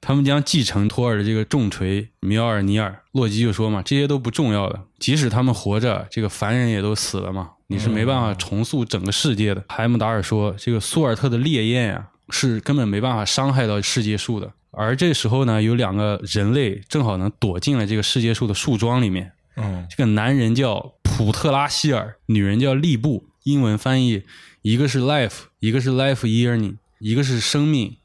C: 他们将继承托尔的这个重锤米奥尔尼尔。洛基就说嘛，这些都不重要了，即使他们活着，这个凡人也都死了嘛，你是没办法重塑整个世界的。海姆达尔说，这个苏尔特的烈焰呀、是根本没办法伤害到世界树的。而这时候呢，有两个人类正好能躲进了这个世界树的树桩里面。
D: 嗯
C: 这个男人叫普特拉希尔，女人叫利布。英文翻译，一个是 life，一个是 life yearning，一个是生命，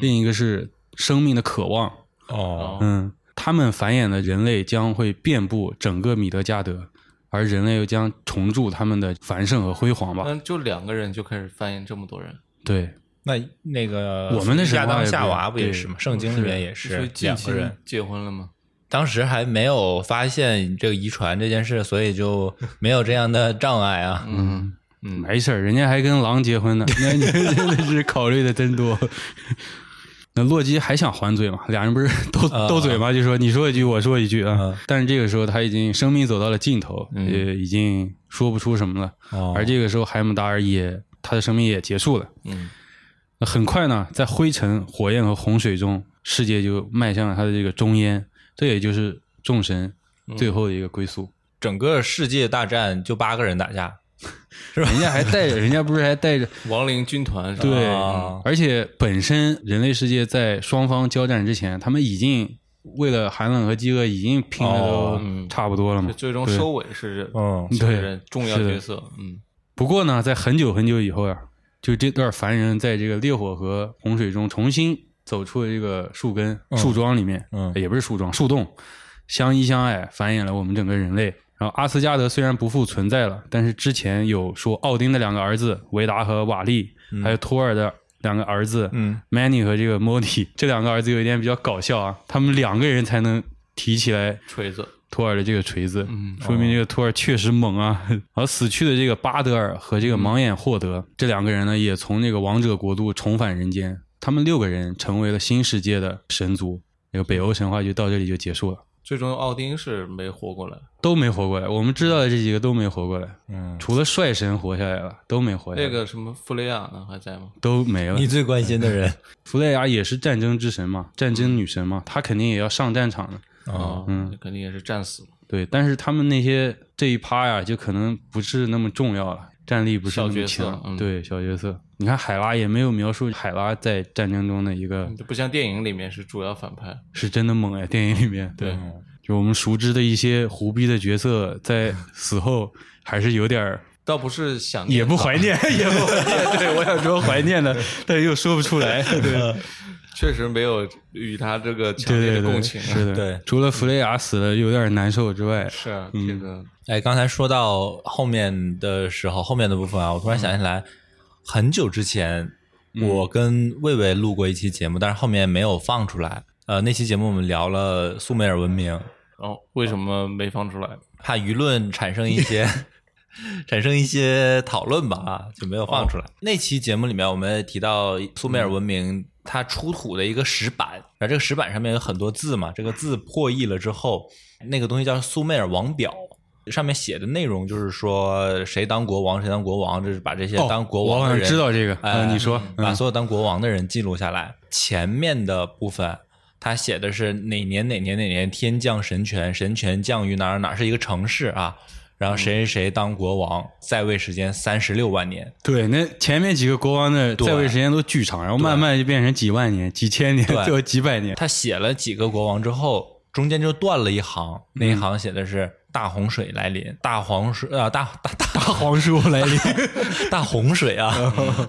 C: 另一个是生命的渴望。
D: 哦
C: 嗯，他们繁衍的人类将会遍布整个米德加德，而人类又将重铸他们的繁盛和辉煌吧。
A: 嗯，就两个人就开始翻译这么多人，
C: 对，
D: 那那个
C: 我们的神话
D: 亚当
C: 也不
D: 夏
C: 一样
D: 娃不也
C: 对
D: 是吗？圣经里面也
A: 所以
D: 是
A: 近
D: 两
A: 期
D: 个人，
A: 结婚了吗？
D: 当时还没有发现这个遗传这件事，所以就没有这样的障碍 [LAUGHS] 啊。
A: 嗯嗯，
C: 没事儿，人家还跟狼结
D: [LAUGHS]
C: 婚呢，那你真的是考虑的真多。那洛基还想还嘴嘛？俩人不是斗
D: 啊
C: 斗嘴嘛？就说你说一句，我说一句啊
D: 啊。嗯
C: 但是这个时候他已经生命走到了尽头，也已经说不出什么了。
D: 哦
C: 而这个时候，海姆达尔也他的生命也结束了。
A: 嗯，
C: 那很快呢，在灰尘、火焰和洪水中，世界就迈向了它的这个终焉，这也就是众神
D: 嗯
C: 最后的一个归宿。
D: 整个世界大战就八个人打架，
C: 人家还带着，人家不是还带着
A: 亡灵军团是吧
C: 对
D: 啊，
C: 而且本身人类世界在双方交战之前，他们已经为了寒冷和饥饿已经拼的
D: 哦
C: 都差不多了嘛
A: 就。最终
C: 嗯对
A: 收尾是
D: 嗯
A: 这个人
C: 对
A: 重要
C: 是的
A: 角色，嗯
C: 不过呢，在很久很久以后呀、就这段凡人在这个烈火和洪水中重新走出了这个树根、树桩里面，
D: 嗯
C: 也不是树桩，树洞，相依相爱，繁衍了我们整个人类。然后阿斯加德虽然不复存在了，但是之前有说奥丁的两个儿子维达和瓦利，还有托尔的两个儿子，
D: 嗯
C: ，Manny 和这个 Modi [LAUGHS] 这两个儿子有一点比较搞笑啊，他们两个人才能提起来
A: 锤子，
C: 托尔的这个锤子，
A: 嗯
C: 说明这个托尔确实猛啊。 [LAUGHS] 然后死去的这个巴德尔和这个盲眼霍德、这两个人呢，也从这个王者国度重返人间。他们六个人成为了新世界的神族。这个北欧神话就到这里就结束了，
A: 最终奥丁是没活过来，
C: 都没活过来。我们知道的这几个都没活过来，
D: 嗯，
C: 除了帅神活下来了，都没活下来，
A: 那个什么弗雷亚呢还在吗？
C: 都没了
D: 你。最关心的人
C: 弗雷亚也是战争之神嘛，战争女神嘛，她肯定也要上战场的。
A: 啊
D: [LAUGHS] 哦，
A: 嗯，肯定也是战死了，
C: 对，但是他们那些这一趴呀，就可能不是那么重要了，战力不是那
A: 小角
C: 么
A: 色
C: 强。
A: 嗯
C: 对，小角色，你看海拉也没有描述海拉在战争中的一个
A: 就不像电影里面是主要反派，
C: 是真的猛哎，电影里面对，就我们熟知的一些胡逼的角色，在死后还是有点儿
A: 倒不是想念
C: 也不
A: 他
C: 怀念，也不怀念。对我想说怀念的，但是又说不出来。对，
A: 确实没有与他这个强烈
C: 对
A: 的
C: 对
A: 共
C: 对，
A: 情啊。
C: 是的，
D: 对
C: 除了弗雷雅死了有点难受之外，
A: 是啊，
C: 嗯
A: 这个
D: 哎，刚才说到后面的时候，后面的部分啊，我突然想起来，很久之前我跟魏魏录过一期节目，但是后面没有放出来。呃，那期节目我们聊了苏美尔文明，
A: 哦，为什么没放出来？
D: 怕舆论产生一
C: [LAUGHS]
D: 些产生一些讨论吧，啊，就没有放出来。
C: 哦
D: 那期节目里面，我们提到苏美尔文明它出土的一个石板，然后这个石板上面有很多字嘛，这个字破译了之后，那个东西叫苏美尔王表。上面写的内容就是说谁当国王，谁当国王，就是把这些
C: 哦
D: 当国
C: 我
D: 王
C: 好
D: 的
C: 像
D: 人，
C: 知道这个，
D: 哎，
C: 嗯，你说，
D: 把
C: 嗯
D: 所有当国王的人记录下来。前面的部分，他写的是哪年哪年哪年天降神权，神权降于哪儿哪儿是一个城市啊，然后谁谁谁当国王，在位时间三十六万年。
C: 对，那前面几个国王的
D: 对
C: 在位时间都巨长，然后慢慢就变成几万年、几千年，
D: 对
C: 最后几百年。
D: 他写了几个国王之后，中间就断了一行，那
C: 嗯
D: 一行写的是大洪水来临，大洪水啊，大大大
C: 大黄叔来临，
D: [LAUGHS]
C: 嗯
D: 大洪水啊，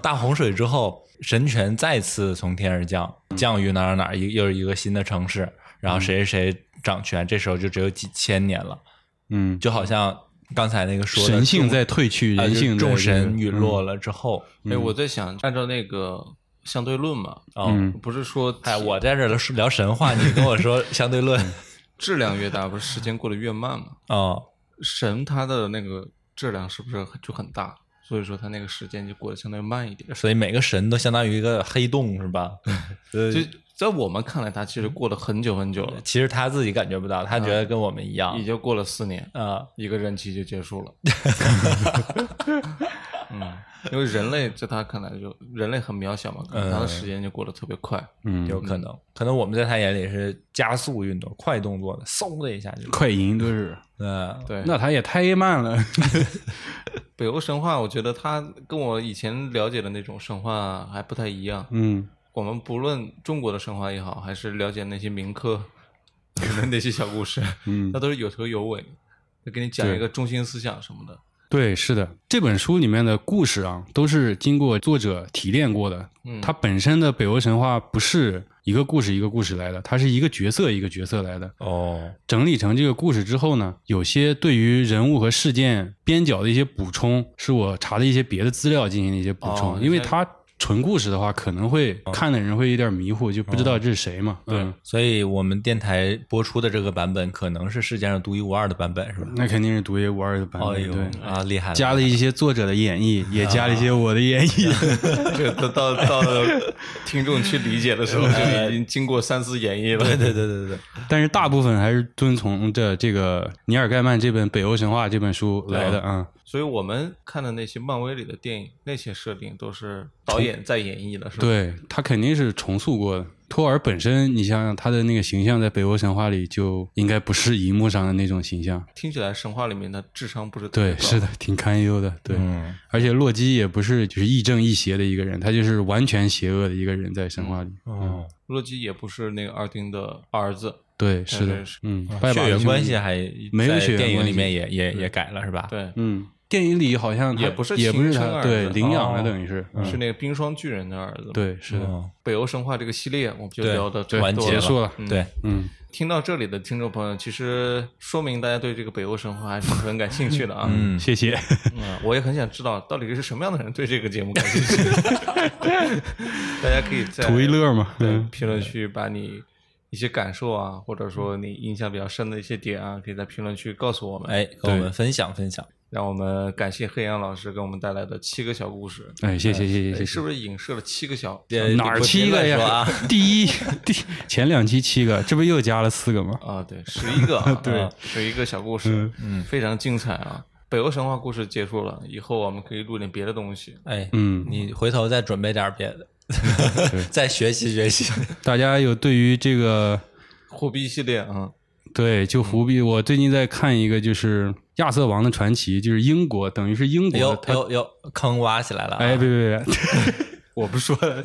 D: 大洪水之后，神权再次从天而降，降于哪儿哪儿，一又是一个新的城市，然后谁谁谁掌权，这时候就只有几千年了，
C: 嗯，
D: 就好像刚才那个说的
C: 神性
D: 众
C: 在退去，
D: 啊
C: 人性在
D: 众
C: 这个嗯
D: 神陨落，了之后，
A: 哎，我在想，按照那个相对论嘛，
D: 嗯，
A: 不是说
D: 哎，我在这儿聊神话，你跟我说相对论，
C: 嗯
A: 质量越大，不是时间过得越慢吗？
D: 哦，
A: 神它的那个质量是不是很就很大？所以说它那个时间就过得相对慢一点。
D: 所以每个神都相当于一个黑洞是吧？
C: 嗯
A: 就
D: 就
A: 在我们看来，它其实过了很久很久了，
D: 其实他自己感觉不到，他觉
C: 嗯
D: 得跟我们一样
A: 已经过了四年，
D: 啊，
A: 一个任期就结束了。嗯，因为人类在他看来就人类很渺小嘛，可能他的时间就过得特别快。
C: 嗯，
D: 有可能，可能我们在他眼里是加速运动、快动作的，嗖的一下就，
C: 快银都是，
D: 嗯，
A: 对，
C: 那他也太
D: [LAUGHS]
C: 慢了。
A: 北欧神话，我觉得它跟我以前了解的那种神话还不太一样。
C: 嗯，
A: 我们不论中国的神话也好，还是了解那些民科 [LAUGHS] 那些小故事，
C: 嗯
A: 那都是有头有尾，就给你讲一个中心思想什么的。
C: 对，是的，这本书里面的故事啊，都是经过作者提炼过的。
A: 嗯
C: 它本身的北欧神话不是一个故事一个故事来的，它是一个角色一个角色来的。
D: 哦，
C: 整理成这个故事之后呢，有些对于人物和事件边角的一些补充，是我查的一些别的资料进行的一些补充，
A: 哦
C: 因为它纯故事的话，可能会看的人会有点迷糊，就不知道这是谁嘛。嗯，
D: 所以我们电台播出的这个版本可能是世界上独一无二的版本，是吧？
C: 那肯定是独一无二的版
D: 哎
C: 本，
D: 呦
C: 嗯对。
D: 啊，厉害了！
C: 加了一些作者的演绎，也加了一些我的演绎。
A: 这个到到到听众去理解的
C: [LAUGHS]
A: 时候，就已经经过三思演绎了。
D: 对对对对对，
C: 但是大部分还是遵从着这个尼尔盖曼这本《北欧神话》这本书来的啊。
A: [LAUGHS] 所以我们看的那些漫威里的电影，那些设定都是导演在演绎的，是吧？
C: 对他肯定是重塑过的。托尔本身，你想想他的那个形象，在北欧神话里就应该不是荧幕上的那种形象。
A: 听起来神话里面的智商不是特别
C: 对，
A: 高
C: 是的，挺堪忧的。对，
D: 嗯，
C: 而且洛基也不是就是亦正亦邪的一个人，他就是完全邪恶的一个人，在神话里。
A: 嗯
C: 嗯
D: 哦，
A: 洛基也不是那个二丁的儿子，
C: 对，是的
A: 对是，啊
C: 嗯，拜把
D: 血缘关系
C: 兄弟。
D: 还
C: 没有
D: 在
C: 血缘
D: 电影
C: 关
D: 里
C: 系
D: 面也也也改了是吧？，
A: 对，
C: 嗯，电影里好像他
A: 也不是
C: 也不是
A: 亲生
C: 他，
A: 儿
C: 对，
A: 子
C: 领养了
D: 哦
C: 等于是，嗯
A: 是那个冰霜巨人的儿子。，
C: 对，是的，
D: 哦，
A: 北欧神话这个系列，我们就
D: 对
A: 聊的
D: 对完结
C: 结束了。
A: 嗯
D: 对，
C: 嗯，
A: 听到这里的听众朋友，其实说明大家对这个北欧神话还是很感兴趣的啊。
D: 嗯，
C: 谢谢。
A: 嗯，我也很想知道到底是什么样的人对这个节目感兴趣。 [LAUGHS] 大家可以在
C: [LAUGHS] 图一乐嘛，
A: 对
C: 嗯，
A: 评论区把你一些感受啊，或者说你印象比较深的一些点啊，可以在评论区告诉我们。
D: 哎，跟我们分享分享，
A: 让我们感谢黑羊老师给我们带来的七个小故事。
C: 哎，谢谢谢谢谢
A: 哎
C: 谢
A: 是。不是影射了七个小？
D: 这
C: 哪
D: 你
C: 儿
D: 不别
C: 七个
D: 乱说
C: 呀
D: 啊？？
C: [LAUGHS] 第一第前两期七个，这不又加了四个吗？
A: 啊，对，十一
C: [LAUGHS]
A: 个、啊，
C: 对
A: 啊，十一个小故事，嗯，非常精彩啊！北欧神话故事结束了，以后我们可以录点别的东西。
D: 哎，
C: 嗯，
D: 你回头再准备点儿别的， [LAUGHS] 再学习
A: [LAUGHS]
D: 学习。
C: 大家有对于这个
A: 货币系列啊，
C: 对就胡逼，我最近在看一个就是《亚瑟王的传奇》，就是英国，等于是英
A: 哎
C: 国
D: 有
C: 他
D: 有有，坑挖起来了啊！
C: 哎，别别别， [LAUGHS] 我不说了，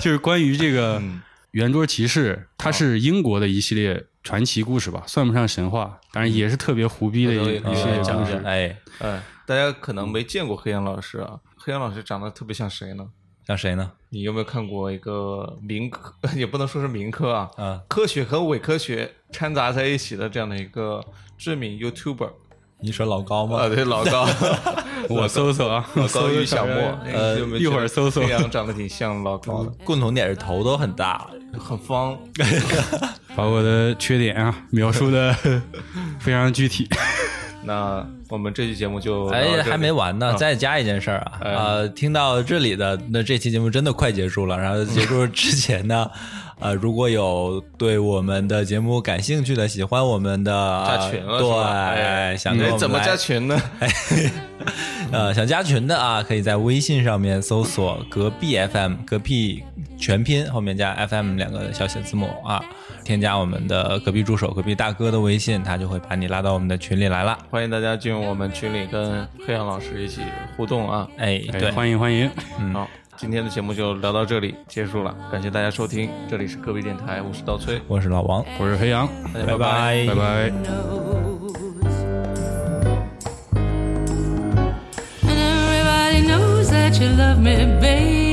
C: 就是关于这
A: [LAUGHS]
C: 个
A: 嗯
C: 圆桌骑士，
A: 哦
C: 它是英国的一系列传奇故事吧，算不上神话，当然也是特别胡逼的一
A: 嗯
C: 一系
A: 有
D: 啊
C: 列
A: 讲
C: 故
A: 一下
C: 事。
D: 哎，
A: 哎，大家可能没见过黑羊老师啊，黑羊老师长得特别像谁呢？
D: 像谁呢？
A: 你有没有看过一个民科， [LAUGHS] 也不能说是民科啊，
D: 啊，
A: 科学和伪科学掺杂在一起的这样的一个知名 YouTuber
D: 你说老高吗？
A: 啊，对，老高，
C: 我搜搜啊，
A: 老高与小莫，
C: [LAUGHS]
A: 呃，
C: 一会儿搜搜
A: 这样长得挺像老高的，
D: 共同点是头都很大，
A: 很方，
C: 把我的缺点啊描述的 [LAUGHS] 非常具体。
A: 那我们这期节目就聊到这嗯哎
D: 哎，
A: 里
D: 还没完呢，再加一件事儿啊，呃，听到这里的那这期节目真的快结束了，然后结束之前
A: [LAUGHS]
D: 呢，呃，如果有对我们的节目感兴趣的、喜欢我们的，呃
A: 加群了是吧
D: 对，想跟我
A: 哎
D: 们
A: 怎么
D: 来
A: 加群呢？
D: 呃，想加群的啊，可以在微信上面搜索“隔壁 FM”，隔壁全拼后面加 FM 两个小写字母啊，添加我们的隔壁助手、隔壁大哥的微信，他就会把你拉到我们的群里来了。
A: 欢迎大家进入我们群里跟黑羊老师一起互动啊！
D: 哎，对
C: 哎，欢迎欢迎，
A: 好，今天的节目就聊到这里结束了，感谢大家收听，这里是科比电台，我是刀崔，
D: 我是老王，
C: 我是黑羊，
A: 大家
D: 拜
A: 拜
D: 拜
C: 拜拜。
E: knows. And everybody knows that you love me, baby.